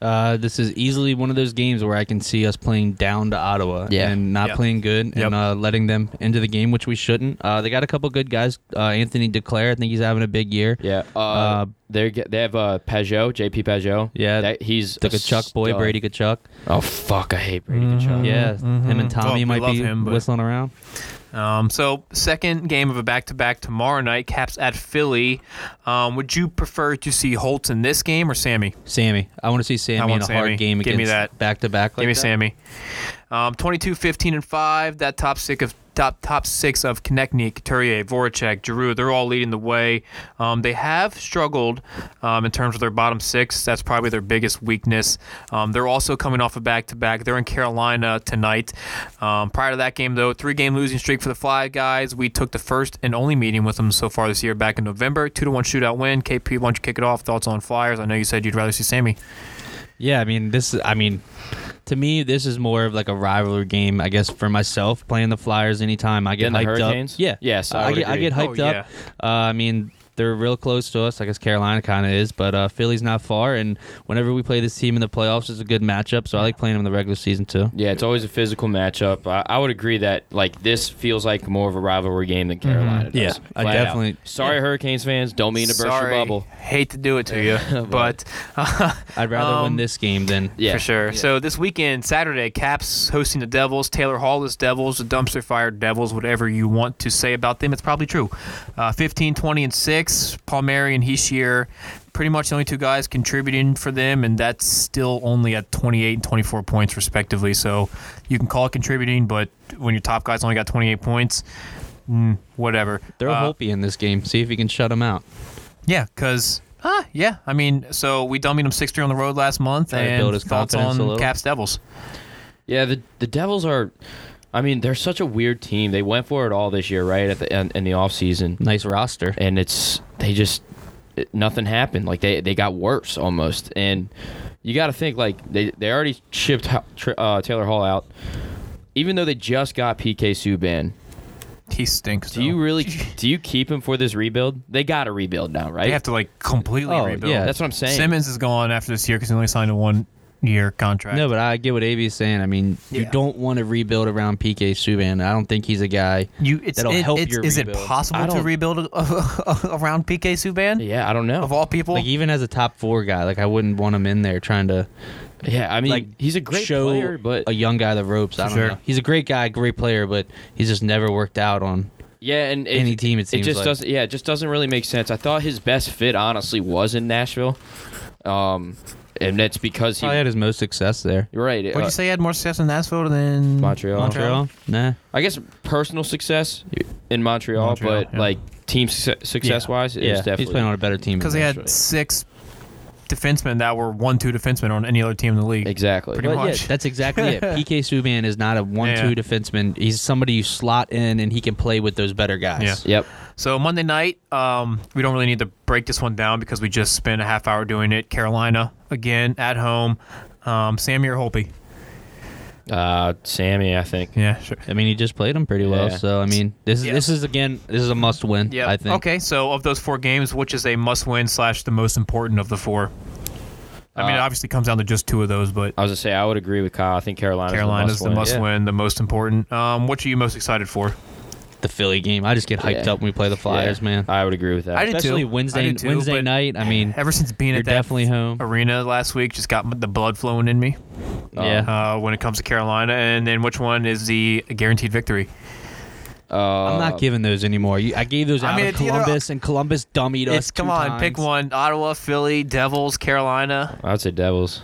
B: Uh, this is easily one of those games where I can see us playing down to Ottawa
C: Yeah.
B: and not
A: Yep.
B: playing good and
A: Yep.
B: uh, letting them into the game, which we shouldn't. Uh, they got a couple good guys. Uh, Anthony DeClaire, I think he's having a big year.
C: yeah. Uh,
B: Uh,
C: they they have uh, Peugeot, JP Peugeot.
B: Yeah,
C: that, he's
B: The
C: a
B: Kachuk boy,
C: stud. Mm-hmm.
B: Brady Kachuk.
C: Oh fuck, I hate Brady Kachuk.
B: Yeah, him and
A: Well, Oh, we
B: Tommy might
A: love
B: be
A: him, but-
B: whistling around.
A: Um, so second game of a back-to-back tomorrow night, Caps at Philly. Um, would you prefer to see Holtz in this game or Sammy?
B: Sammy, I want to see Sammy
A: want
B: in a
A: Sammy.
B: hard game
A: Give me that.
B: against back to back.
A: Give me Sammy. Um, 22, 15, and five. That top six of top top six of Konechny, Couturier, Voracek, Giroux. They're all leading the way. Um, they have struggled um, in terms of their bottom six. That's probably their biggest weakness. Um, they're also coming off a back to back. They're in Carolina tonight. Um, prior to that game, though, three game losing streak for the Fly guys. We took the first and only meeting with them so far this year back in November. Two to one shootout win. KP, why don't you kick it off? Thoughts on Flyers? I know you said you'd rather see Sammy.
B: Yeah, I mean this. I mean, to me, this is more of like a rivalry game. I guess for myself, playing the Flyers anytime I get
C: Than the
B: hyped
C: Hurricanes?
B: up. Yeah,
C: Yes, I
B: I,
C: would
B: get, I
C: agree.
B: get hyped
A: Oh,
B: up. Uh, I mean, they're real close to us. I guess Carolina kind of is, but uh, Philly's not far. And whenever we play this team in the playoffs, it's a good matchup. So I like playing them in the regular season too.
C: Yeah, it's always a physical matchup. I, I would agree that like this feels like more of a rivalry game than Carolina
B: Yeah,
C: does.
B: I
C: Flat
B: definitely-
C: out. Sorry, Hurricanes fans. Don't mean to burst
A: Sorry.
C: your bubble.
A: Hate to do it to you, but
B: I'd rather
A: Um,
B: win this game than
C: Yeah,
A: for sure. So this weekend, Saturday, Caps hosting the Devils. Taylor Hall is Devils, the dumpster fire Devils, whatever you want to say about them. It's probably true. Uh, 15, 20, and 6. Palmieri and Heeshear, pretty much the only two guys contributing for them, and that's still only at 28 and 24 points, respectively. So you can call it contributing, but when your top guy's only got 28 points, mm, whatever.
B: throw
A: Uh,
B: Holpe in this game. See if you can shut him out.
A: Yeah, because. Ah, yeah. I mean, so we dummied him 6 3 on the road last month.
B: Try to
A: and
B: build his
A: thoughts
B: confidence a
A: on
B: little.
A: Caps Devils.
C: Yeah, the the Devils are. I mean, they're such a weird team. They went for it all this year, right? At the in, in the off season,
B: Nice roster.
C: and it's they just it, nothing happened. Like they they got worse almost. And you got to think like they they already shipped Ha- Tr- uh, Taylor Hall out, even though they just got PK Subban.
A: He stinks.
C: Do you really do you keep him for this rebuild? They got to rebuild now, right?
A: They have to like completely
B: Oh,
A: rebuild.
B: yeah.
C: That's what I'm saying.
A: Simmons is gone after this year because he only signed a one-year contract.
B: No, but I get what AV is saying. I mean, you
A: Yeah.
B: don't want to rebuild around PK Subban. I don't think he's a guy.
A: you it's,
B: That'll
A: it-
B: help
A: it's-
B: your
A: Is it
B: rebuild.
A: possible
C: I
A: to
C: don't-
A: rebuild around PK Subban
C: yeah, I don't know.
A: of all people?
B: Like even as a top four guy, like I wouldn't want him in there trying to
C: yeah, I mean,
B: like
C: he's a great
B: show
C: player, but
B: a young guy the ropes. I don't
A: sure.
B: know. He's a great guy, great player, but he's just never worked out on.
C: Yeah, and it,
B: Any team, it seems
C: just
B: like.
C: doesn't. Yeah, it just doesn't really make sense. I thought his best fit, honestly, was in Nashville, um, and that's because he.
B: Probably had his most success there.
C: You're right.
A: Would
C: uh,
A: Oh, you say he had more success in Nashville than
C: Montreal.
B: Montreal, nah.
C: I guess personal success in Montreal,
A: Montreal,
C: but
A: yeah.
C: like team success wise, it
B: yeah,
C: was definitely.
B: he's playing on a better team.
A: Because
B: than
A: they
B: Nashville.
A: had six defensemen that were one-two defensemen on any other team in the league.
C: exactly.
A: pretty
B: But
A: much.
B: yeah, that's exactly it. PK Subban is not a one-two
A: Yeah.
B: defenseman. He's somebody you slot in and he can play with those better guys.
A: Yeah.
C: Yep.
A: So Monday night, um, we don't really need to break this one down because we just spent a half hour doing it. Carolina again at home. Um, Sammy or Holpe?
C: Uh, Sammy, I think.
A: Yeah, sure.
B: I mean, he just played him pretty well.
C: Yeah.
B: So I mean, this is
A: Yeah.
B: this is again this is a must win.
A: Yeah.
B: I think.
A: Okay, so of those four games, which is a must-win slash the most important of the four? I mean, it
C: Uh,
A: obviously comes down to just two of those, but
B: uh,
C: I was gonna say I would agree with Kyle. I think Carolina's
A: Carolina's the
C: the must
A: must-win,
C: win.
A: the most important. Um, which are you most excited for?
B: The Philly game. I just get hyped
C: Yeah.
B: up when we play the
C: Yeah.
B: Flyers, man.
C: I would agree with that.
A: I did
B: Especially
A: too. I
B: Wednesday
A: do too,
B: Wednesday
A: but
B: night. I mean,
A: Ever since being
B: you're
A: at that uh,
B: definitely home.
A: arena last week, just got the blood flowing in me
B: yeah.
A: uh, when it comes to Carolina. And then which one is the guaranteed victory?
C: Uh,
B: I'm not giving those anymore. You, I gave those
A: I
B: out
A: mean,
B: to
A: it's either-
B: Columbus, and Columbus dummied us.
A: It's come
B: two
A: on,
B: times.
A: pick one: Ottawa, Philly, Devils, Carolina.
C: I'd say Devils.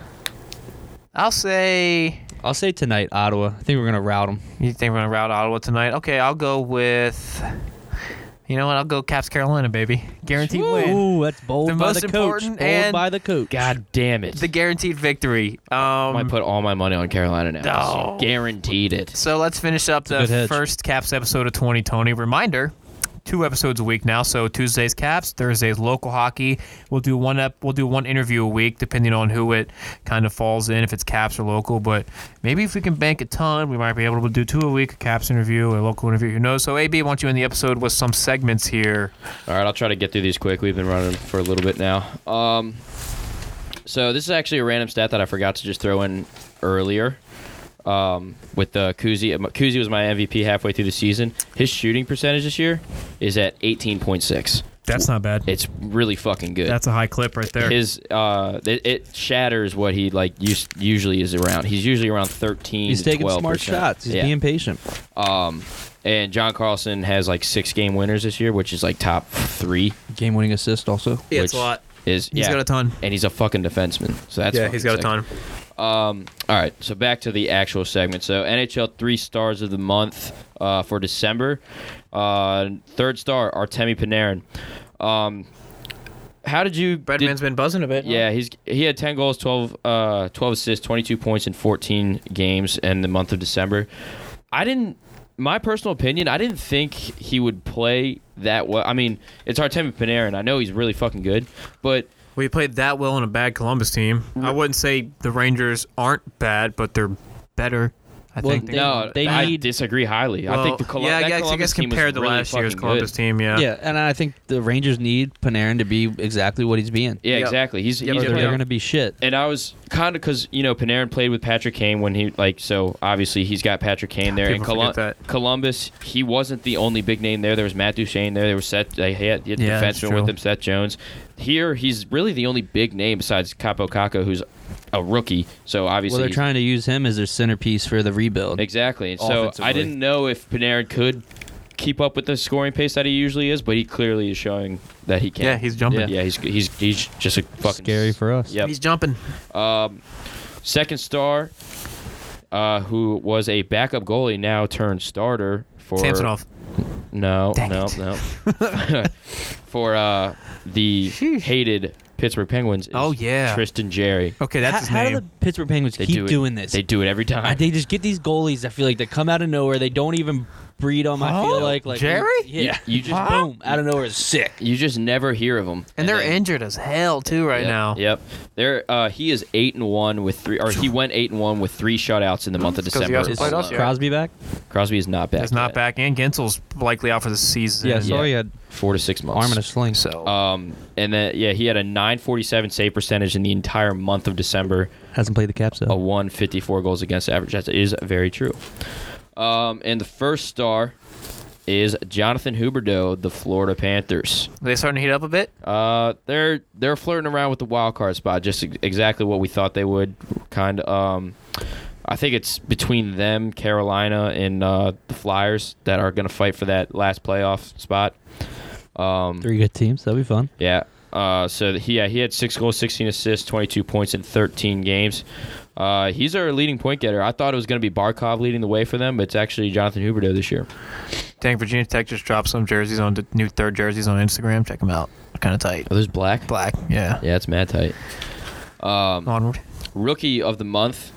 A: I'll say.
B: I'll say tonight, Ottawa. I think we're gonna rout them.
A: You think we're gonna route Ottawa tonight? Okay, I'll go with. You know what? I'll go Caps Carolina, baby. Guaranteed win.
B: Ooh, that's bold
A: The
B: by
A: most
B: the coach.
A: important
B: Bold
A: and-
B: by the coach.
C: God damn it.
A: The guaranteed victory.
C: I
A: Um,
C: might put all my money on Carolina now.
A: No.
C: Guaranteed it.
A: so let's finish up
B: a good
A: the
B: hedge.
A: first Caps episode of 2020. Reminder two episodes a week now. So Tuesdays Caps, Thursdays local hockey. We'll do one up. We'll do one interview a week, depending on who it kind of falls in. If it's Caps or local, but maybe if we can bank a ton, we might be able to do two a week: a Caps interview, a local interview. Who knows? So AB, I want you in the episode with some segments here.
C: All right, I'll try to get through these quick. We've been running for a little bit now. Um, so this is actually a random stat that I forgot to just throw in earlier. Um, with the Kuzi, uh, Kuzi was my MVP halfway through the season. His shooting percentage this year is at 18.6.
A: That's not bad.
C: It's really fucking good.
A: That's a high clip right there.
C: his uh, it, it shatters what he like us- usually is around. He's usually around 13.
B: He's
C: to
B: taking
C: 12%.
B: smart shots. He's
C: Yeah.
B: being patient.
C: Um, and John Carlson has like six game winners this year, which is like top three.
B: Game winning assist also.
A: Yeah,
C: which
A: it's a lot.
C: Is
A: He's
C: yeah,
A: got a ton.
C: and he's a fucking defenseman. So that's
A: yeah,
C: fucking
A: he's got a
C: sick.
A: ton.
C: Um, all right, so back to the actual segment. So NHL three stars of the month uh, for December. Uh, third star Artemi Panarin. Um, how did you? did-
A: Breadman's been buzzing a bit.
C: yeah, he's he had 10 goals, 12 uh 12 assists, 22 points in 14 games in the month of December. I didn't my personal opinion, I didn't think he would play that well. I mean, it's Artemi Panarin. I know he's really fucking good, but
A: We played that well on a bad Columbus team. I
C: Mm.
A: wouldn't say the Rangers aren't bad, but they're better. I
B: Well,
A: think.
B: they-
C: no,
B: they
C: I
B: need-
C: disagree highly. I think the Colum-
A: yeah, I
C: that
A: guess, I
C: Columbus
A: guess
C: team was
A: compared to
C: really
A: last year's
C: fucking
A: Columbus
C: good.
A: team, yeah.
B: Yeah, and I think the Rangers need Panarin to be exactly what he's being.
C: Yeah,
A: Yep.
C: exactly. He's,
A: Yep,
C: he's
B: Or
A: they're
B: they're
C: playing-
B: going to be shit.
C: and I was kind of because you know Panarin played with Patrick Kane when he like so obviously he's got Patrick Kane there and
A: People
C: Colum-
A: forget that.
C: Columbus he wasn't the only big name there. There was Matt Duchene there. There was Seth. They had, he had
A: Yeah, that's
C: defenseman with
A: true.
C: him, Seth Jones. Here he's really the only big name besides Capo Caco, who's a rookie. So obviously
B: Well, they're
C: he's-
B: trying to use him as their centerpiece for the rebuild.
C: exactly. And so I
B: Offensively.
C: didn't know if Panarin could keep up with the scoring pace that he usually is, but he clearly is showing that he can.
A: Yeah, he's jumping.
C: Yeah, he's he's he's just a fucking
B: Scary for us.
C: Yep.
A: He's jumping.
C: Um, second star, uh, who was a backup goalie, now turned starter for
A: Samsonov.
C: No,
A: Dang
C: no,
A: it.
C: no. for uh, the
A: Sheesh.
C: hated Pittsburgh Penguins. Is
A: Oh, yeah. Oh,
C: Tristan Jerry.
A: Okay, that's
B: how,
A: his
B: how
A: name.
B: do the Pittsburgh Penguins
C: They
B: keep
C: do it-
B: doing this?
C: They do it every time.
B: Uh, they just get these goalies. I feel like that come out of nowhere. They don't even breed them. I
A: Huh?
B: feel like like
A: Jerry?
B: Yeah,
C: You- you just-
B: boom out of nowhere is sick.
C: you just never hear of them,
A: and they're injured as hell, too, right
C: yep,
A: now.
C: Yep, they're uh, he is eight and one with three, or he went eight and one with three shutouts in the month of
A: 'cause he
C: December.
A: hasn't
B: Is
A: played
C: alone.
A: us yet.
B: Crosby back?
C: Crosby is not back.
A: It's not
C: yet.
A: back. And Gensel's likely out for the season.
B: Yeah,
C: Yeah.
B: sorry, had
C: Four to six months.
B: arm in a sling.
A: So,
C: Um, and then yeah, he had a 947 save percentage in the entire month of December,
B: Hasn't played the Caps
C: a
B: though.
C: 154 goals against average. That is very true. Um, and the first star is Jonathan Huberdeau, the Florida Panthers.
A: are they starting to heat up a bit?
C: Uh, they're they're flirting around with the wild card spot, just ex- exactly what we thought they would. Kind of, um, I think it's between them, Carolina, and uh, the Flyers that are going to fight for that last playoff spot. Um,
B: Three good teams. That'll be fun.
C: yeah. Uh, so th- he yeah, he had six goals, sixteen assists, twenty two points in thirteen games. Uh, he's our leading point getter. I thought it was going to be Barkov leading the way for them, but it's actually Jonathan Huberdeau this year.
A: Dang, Virginia Tech just dropped some jerseys on new third jerseys on Instagram. Check them out. Kind of tight.
C: Oh, there's black.
A: Black. Yeah.
C: Yeah, it's mad tight. Um,
A: Onward.
C: rookie of the month,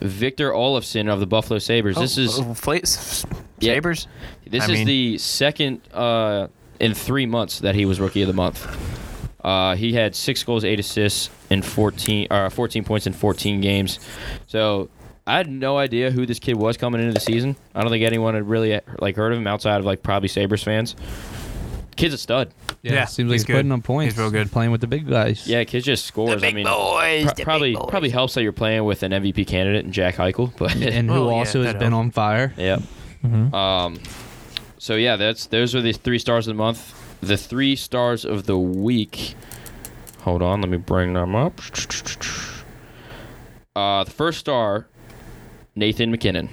C: Victor Olofsson of the Buffalo Sabers. this
A: Oh,
C: is
A: oh, Fla- s-
C: Yeah.
A: Sabres?
C: this
A: I
C: is
A: mean-
C: the second uh, in three months that he was rookie of the month. Uh, he had six goals, eight assists, and fourteen uh, fourteen points in fourteen games. So I had no idea who this kid was coming into the season. I don't think anyone had really like heard of him outside of like probably Sabres fans. Kid's a stud.
A: Yeah,
B: seems like
A: he's
B: he's putting
A: good.
B: on points.
A: He's real good.
B: Playing with the big guys.
C: Yeah, kid just scores. I mean,
A: boys.
C: pro- probably probably helps that you're playing with an MVP candidate and Jack Eichel, but
B: and who
A: Well, Oh, yeah,
B: also has
A: that
B: been
A: helps.
B: on fire.
C: Yep.
A: Mm-hmm.
C: Um, so yeah, that's those are the three stars of the month. The three stars of the week. Hold on, let me bring them up. Uh, the first star, Nathan McKinnon.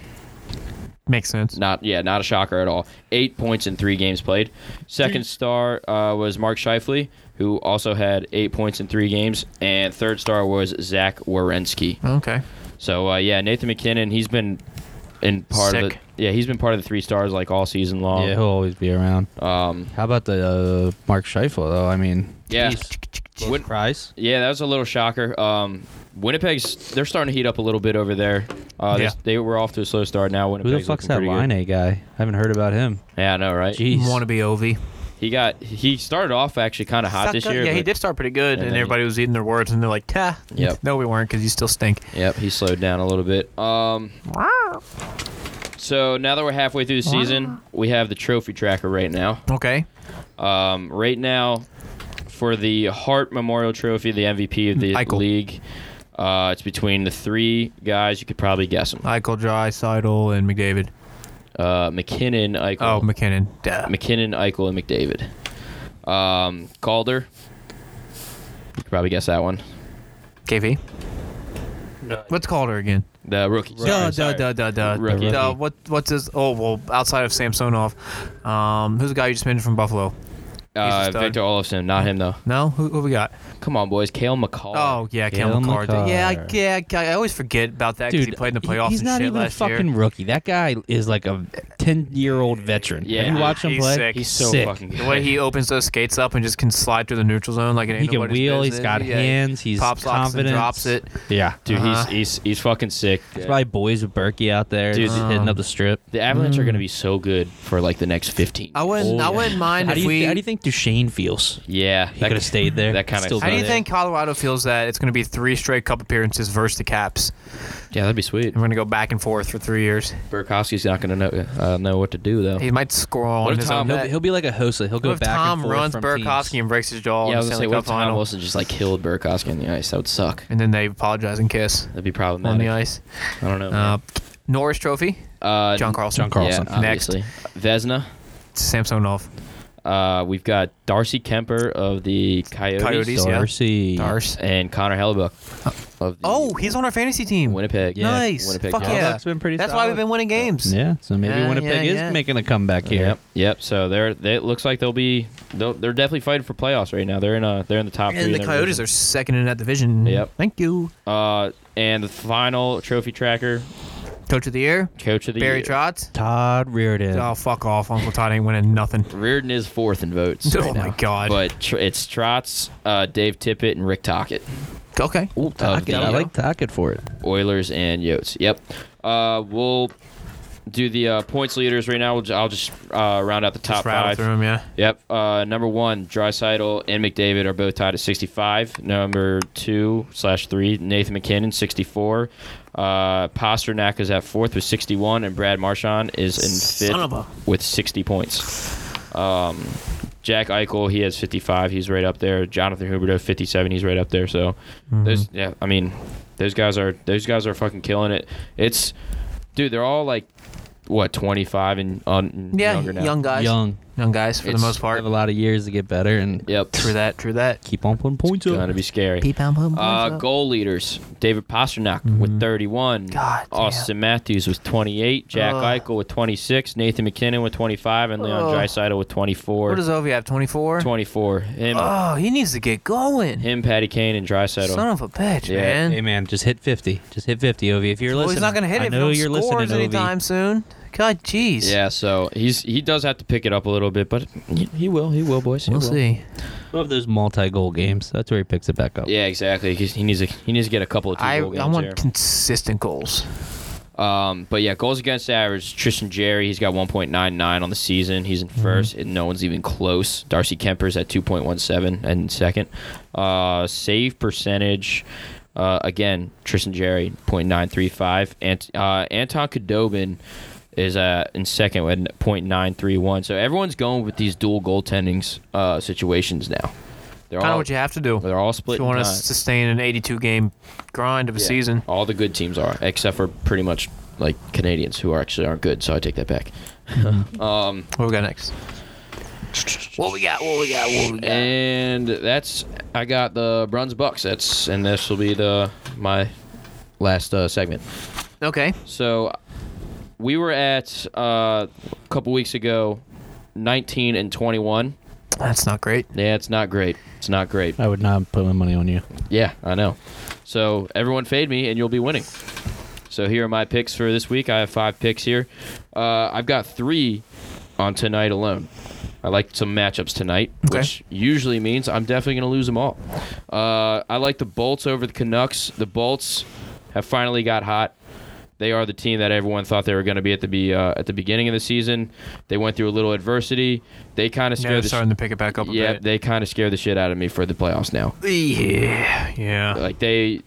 A: Makes sense.
C: Not yeah, not a shocker at all. Eight points in three games played. Second star uh, was Mark Scheifele, who also had eight points in three games, and third star was Zach Wierenski.
A: Okay.
C: So uh, yeah, Nathan McKinnon, he's been in part of
A: Sick.
C: the yeah, he's been part of the three stars like all season long.
B: Yeah, he'll always be around.
C: Um,
B: How about the uh, Mark Scheifele though? I mean,
C: yeah,
B: geez,
C: Wouldn't-
B: price.
C: yeah, that was a little shocker. Um, Winnipeg's they're starting to heat up a little bit over there. Uh, they-
A: Yeah.
C: they were off to a slow start. Now
B: Who
C: Winnipeg's
B: the fuck's
C: looking
B: that
C: pretty good.
B: line A guy? I haven't heard about him.
C: Yeah, I know, right?
B: Jeez.
A: Want to be Ovi?
C: He got he started off actually kind of hot this
A: Sucker.
C: year.
A: Yeah, he
C: but-
A: did start pretty good,
C: and
A: and,
C: then he-
A: everybody was eating their words, and they're like, "Tah,
C: Yep.
A: no, we weren't, because you still stink."
C: Yep, he slowed down a little bit. Um, so now that we're halfway through the season, we have the trophy tracker right now.
A: Okay,
C: Um, right now, for the Hart Memorial Trophy, the MVP of the
A: Eichel.
C: league, uh, it's between the three guys. You could probably guess them:
A: Eichel, Dry, Seidel, and McDavid.
C: uh, McKinnon,
A: Oh,
C: Eichel,
A: McKinnon. Duh.
C: McKinnon, Eichel, and McDavid. Um, Calder. You could probably guess that one.
A: KV. What's Calder again?
C: The rookie.
A: Duh, duh,
C: Sorry, sorry.
A: duh, duh, duh,
C: Rookie.
A: duh. What, what's his? Oh, well, outside of Samsonov, um, who's the guy you just mentioned from Buffalo? He's
C: Uh,
A: a stud.
C: Victor Olofsson, not him though.
A: No, who, who we got?
C: Come on, boys. Kale McCall.
A: Oh, yeah, Kale
B: Kale
A: McCarr.
B: McCarr.
A: Yeah, I- yeah, I I always forget about that because he played in the
B: he-
A: playoffs
B: he's
A: and
B: not
A: shit
B: even a
A: last
B: fucking
A: year.
B: rookie. That guy is like a ten-year-old veteran.
C: Yeah.
B: Have you watched him
A: He's
B: play?
A: sick.
C: He's so
B: Sick.
C: fucking good.
A: The way he opens those skates up and just can slide through the neutral zone like it ain't
B: He can
A: nobody's
B: wheel. He's
A: business.
B: got
A: Yeah,
B: hands. He's
A: pops locks and
B: confident.
A: drops it.
B: Yeah,
C: Dude,
A: Uh-huh.
C: he's, he's he's fucking sick.
B: There's probably boys with Berkey out there
C: Dude,
B: just
A: um,
B: hitting up the strip.
C: The Avalanche are going to be so good for like the next 15.
A: Mm. I wouldn't.
B: Oh,
A: I wouldn't mind
B: How do,
A: if
B: you,
A: we.
B: how do you think Duchesne feels?
C: yeah,
B: He could have stayed there.
C: that kinda
B: Still
A: How do you
B: done it.
A: think Colorado feels that it's going to be three straight cup appearances versus the Caps?
C: Yeah, that'd be sweet.
A: And we're going to go back and forth for three years.
C: Burkowski's not going to know uh, know what to do though.
A: He might score on
C: if
A: his
C: Tom-
A: own
B: He'll,
A: net.
B: be- he'll be like a host. He'll go
A: What if
B: back
A: Tom
B: and forth
A: runs
B: from
A: Burkowski
B: teams.
A: and breaks his jaw
C: yeah, I
A: in
C: was
A: the
C: gonna say
A: Stanley
C: what
A: Cup
C: if Tom
A: final,
C: Wilson just like killed Burkowski on the ice? That would suck.
A: and then they apologize and kiss
C: That'd be
A: on the
C: problematic.
A: ice.
C: I don't know.
A: Uh, Norris Trophy,
C: uh,
A: John Carlson,
B: John Carlson.
C: Yeah, obviously. Vesna.
A: Samsonov,
C: Uh, we've got Darcy Kemper of the Coyotes,
A: Coyotes. yeah.
B: Darcy.
A: Darce.
C: and Connor Hellebuck of the
A: Oh, he's on our fantasy team.
C: Winnipeg.
B: Yeah.
A: nice.
C: Winnipeg
A: Fuck
C: Jets.
A: yeah.
B: That's been pretty
A: That's why
B: solid.
A: we've been winning games.
B: Yeah, so maybe
A: Yeah,
B: Winnipeg
A: yeah,
B: is
A: yeah.
B: making a comeback here.
C: Yep, yep. So they're they it looks like they'll be they'll, they're definitely fighting for playoffs right now. They're in a they're in the top three.
A: And the
C: in their
A: Coyotes
C: division.
A: are second in that division.
C: Yep.
A: Thank you.
C: Uh, and the final trophy tracker,
A: Coach of the year,
C: coach of the
A: Barry
C: year.
A: Trotz.
B: Todd Reardon.
A: Oh, fuck off. Uncle Todd ain't winning nothing.
C: Reardon is fourth in votes.
A: Oh
C: right
A: my
C: now.
A: God.
C: But tr- it's Trotz, uh, Dave Tippett, and Rick Tockett,
A: Okay.
B: Ooh, Tockett.
C: there
B: I
C: you
B: like Tockett for it.
C: Oilers and Yotes. Yep. Uh, we'll do the uh, points leaders right now. We'll ju- I'll just uh, round out the top
A: Just rattle
C: five.
A: through him, yeah.
C: Yep. Uh, number one, Drysidel and McDavid are both tied at 65. Number two slash three, Nathan McKinnon, 64. Uh, Pasternak is at fourth with 61, and Brad Marchand is in fifth
A: Son of a-
C: with 60 points. Um, Jack Eichel, he has 55. He's right up there. Jonathan Huberto, 57. He's right up there. So, those yeah, I mean, those guys are those guys are fucking killing it. It's, dude, they're all like, what, 25 and on
A: Yeah,
C: younger now.
A: young guys.
B: Young.
A: Young guys for
C: It's-
A: the most
B: I
A: part.
B: have a lot of years to get better and
C: Yep.
A: True that. True that.
B: keep on putting points
C: It's
B: up.
C: gonna be scary. Uh, goal leaders: David Pasternak with 31.
A: God damn.
C: Austin Matthews with 28. Jack
A: Ugh.
C: Eichel with 26. Nathan McKinnon with 25, and Leon
A: Ugh.
C: Draisaitl with 24.
A: What does Ovi have? 24?
C: 24. Him,
A: Oh, he needs to get going.
C: him, Patty Kane, and Draisaitl.
A: Son of a bitch,
C: Yeah.
A: man.
B: Hey man, just hit 50. Just hit 50, Ovi. If you're
A: well,
B: listening,
A: he's not going to hit
B: I
A: it
B: know
A: if he
B: you're
A: don't scores
B: listening, Ovi.
A: anytime soon. God, jeez.
C: yeah, so he's he does have to pick it up a little bit, but he he will, he will, boys. he
A: We'll
C: will.
A: see.
B: Love those multi-goal games. That's where he picks it back up.
C: Yeah, exactly. 'cause He needs a, he needs to get a couple of two
A: I,
C: goal games
A: I want
C: there.
A: consistent goals.
C: Um, but yeah, goals against average. Tristan Jerry, he's got 1.99 on the season. He's in
A: Mm-hmm.
C: 1st and no one's even close. Darcy Kemper's at 2.17 and in second. Uh, save percentage. Uh, again, Tristan Jerry, 0.935. Ant- uh, Anton Kudobin is uh, in second with 0.931. So everyone's going with these dual goaltendings uh, situations now. They're
A: Kind of
C: all,
A: what you have to do.
C: they're all
A: If
C: split.
A: you want to sustain an 82 game grind of a season.
C: All the good teams are, except for pretty much like Canadians who are actually aren't good. So I take that back. um,
A: What we got next? What we got? What we got? What we got?
C: and that's I got the Bruns Bucks. That's and this will be the my last uh, segment.
A: Okay.
C: So we were at uh, a couple weeks ago, 19 and 21.
A: That's not great.
C: Yeah, it's not great. It's not great.
B: I would not put my money on you.
C: Yeah, I know. So everyone fade me, and you'll be winning. So here are my picks for this week. I have five picks here. Uh, I've got three on tonight alone. I like some matchups tonight,
A: Okay.
C: which usually means I'm definitely going to lose them all. Uh, I like the Bolts over the Canucks. The Bolts have finally got hot. They are the team that everyone thought they were going to be at the be uh, at the beginning of the season. They went through a little adversity. They kind of
A: Now they're
C: scared.
A: starting to pick it back up a
C: the sh- yeah,
A: bit.
C: they kind of scared the shit out of me for the playoffs now.
A: yeah, yeah.
C: Like they,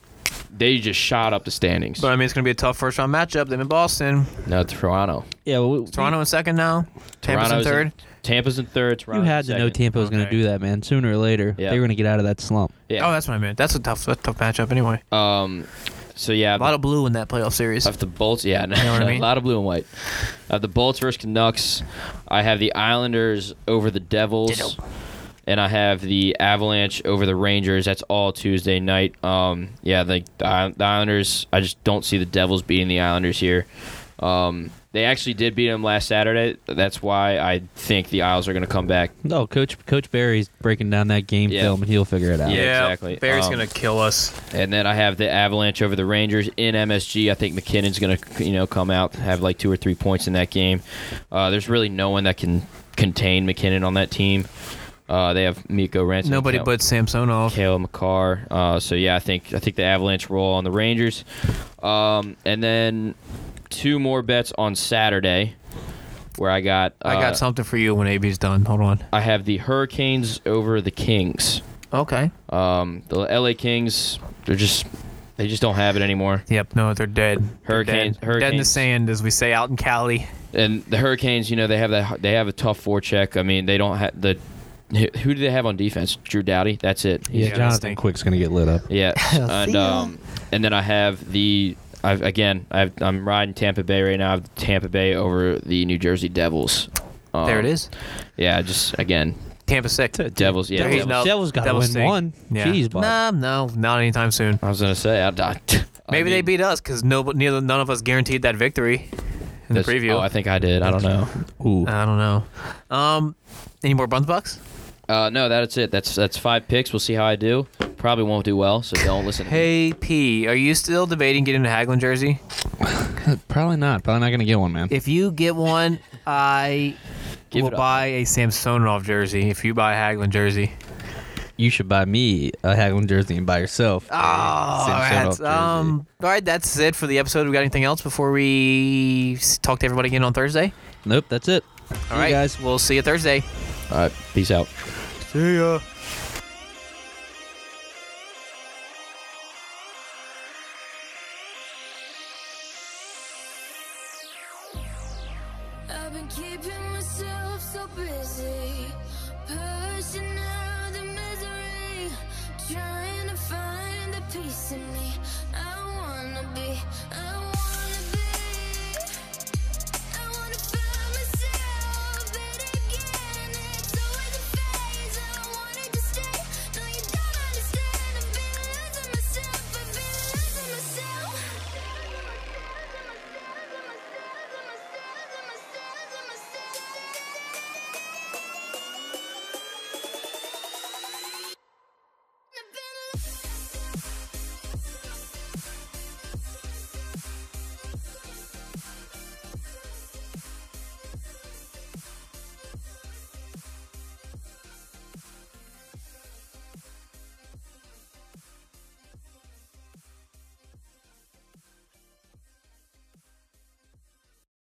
C: they just shot up the standings.
A: But I mean, it's going to be a tough first round matchup. Them in Boston,
C: now Toronto.
B: Yeah, well, we-
A: Toronto in second now, Tampa's
C: Toronto's
A: in third.
C: In, Tampa's in third.
B: You
C: Toronto's
B: had to
C: in
B: know
C: second.
B: Tampa was going to
A: Okay.
B: do that, man. Sooner or later,
C: Yeah.
B: they were going to get out of that slump.
C: Yeah.
A: Oh, that's what I meant. That's a tough, that's a tough matchup anyway.
C: Um, so yeah,
A: Oh. A lot of blue in that playoff series.
C: of the Bolts. Yeah,
A: know what I
C: a
A: mean?
C: lot of blue and white. Uh, the Bolts versus Canucks. I have the Islanders over the Devils,
A: Ditto.
C: and I have the Avalanche over the Rangers. That's all Tuesday night. Um, yeah, the, the Isl- the Islanders. I just don't see the Devils beating the Islanders here. Um, they actually did beat them last Saturday. That's why I think the Isles are going to come back.
B: No, Coach Coach Barry's breaking down that game
C: Yeah.
B: film, and he'll figure it out.
C: Yeah.
B: Yeah.
C: exactly.
A: Barry's
C: Um,
A: going to kill us.
C: And then I have the Avalanche over the Rangers in MSG. I think McKinnon's going to, you know, come out have like two or three points in that game. Uh, there's really no one that can contain McKinnon on that team. Uh, they have Miko Rantanen.
A: Nobody
C: Kale-
A: but Samsonov.
C: Kale McCarr. Uh, so yeah, I think I think the Avalanche roll on the Rangers. Um, and then two more bets on Saturday, where I got uh,
A: I got something for you when AB's done. Hold on.
C: I have the Hurricanes over the Kings.
A: Okay.
C: Um, the LA Kings, they're just they just don't have it anymore.
A: Yep. No, they're dead. They're
C: Hurricanes-
A: Dead. Dead in the
C: hurricanes.
A: sand, as we say out in Cali.
C: and the Hurricanes, you know, they have that they have a tough four check. I mean, they don't have the who do they have on defense? Drew Dowdy. That's it.
A: Yeah, that's
B: Jonathan
A: thing.
B: Quick's going to get lit up.
C: Yeah, and
A: See ya.
C: um, and then I have the I've again I've, I'm riding Tampa Bay right now. I have Tampa Bay over the New Jersey Devils. Um,
A: there it is.
C: Yeah, just again
A: Tampa sick.
C: Devils. Yeah,
A: Devils,
C: Devils.
A: no.
B: Devils got to
A: Devils
B: win
A: stink.
B: one.
A: Yeah.
B: Jeez, bud.
A: nah, no, not anytime soon.
C: I was gonna say I, I,
A: Maybe they beat us because no, neither none of us guaranteed that victory in the preview.
C: Oh, I think I did. I don't know.
B: Ooh.
A: I don't know. Um, any more buns bucks?
C: Uh, no, that's it. That's that's five picks. We'll see how I do. Probably won't do well, so don't listen. to me.
A: Hey P, are you still debating getting a Haglin jersey?
B: Probably not. Probably not going to get one, man.
A: If you get one, I
C: Give
A: will
C: it up.
A: buy a Samsonov jersey. If you buy a Haglin jersey,
B: you should buy me a Haglund jersey and buy yourself.
A: oh, all right. um, all right, that's it for the episode. We got anything else before we s- talk to everybody again on Thursday?
B: nope, that's it.
A: All
B: you
A: right,
B: guys.
A: we'll see you Thursday.
C: All right, peace out.
A: See ya.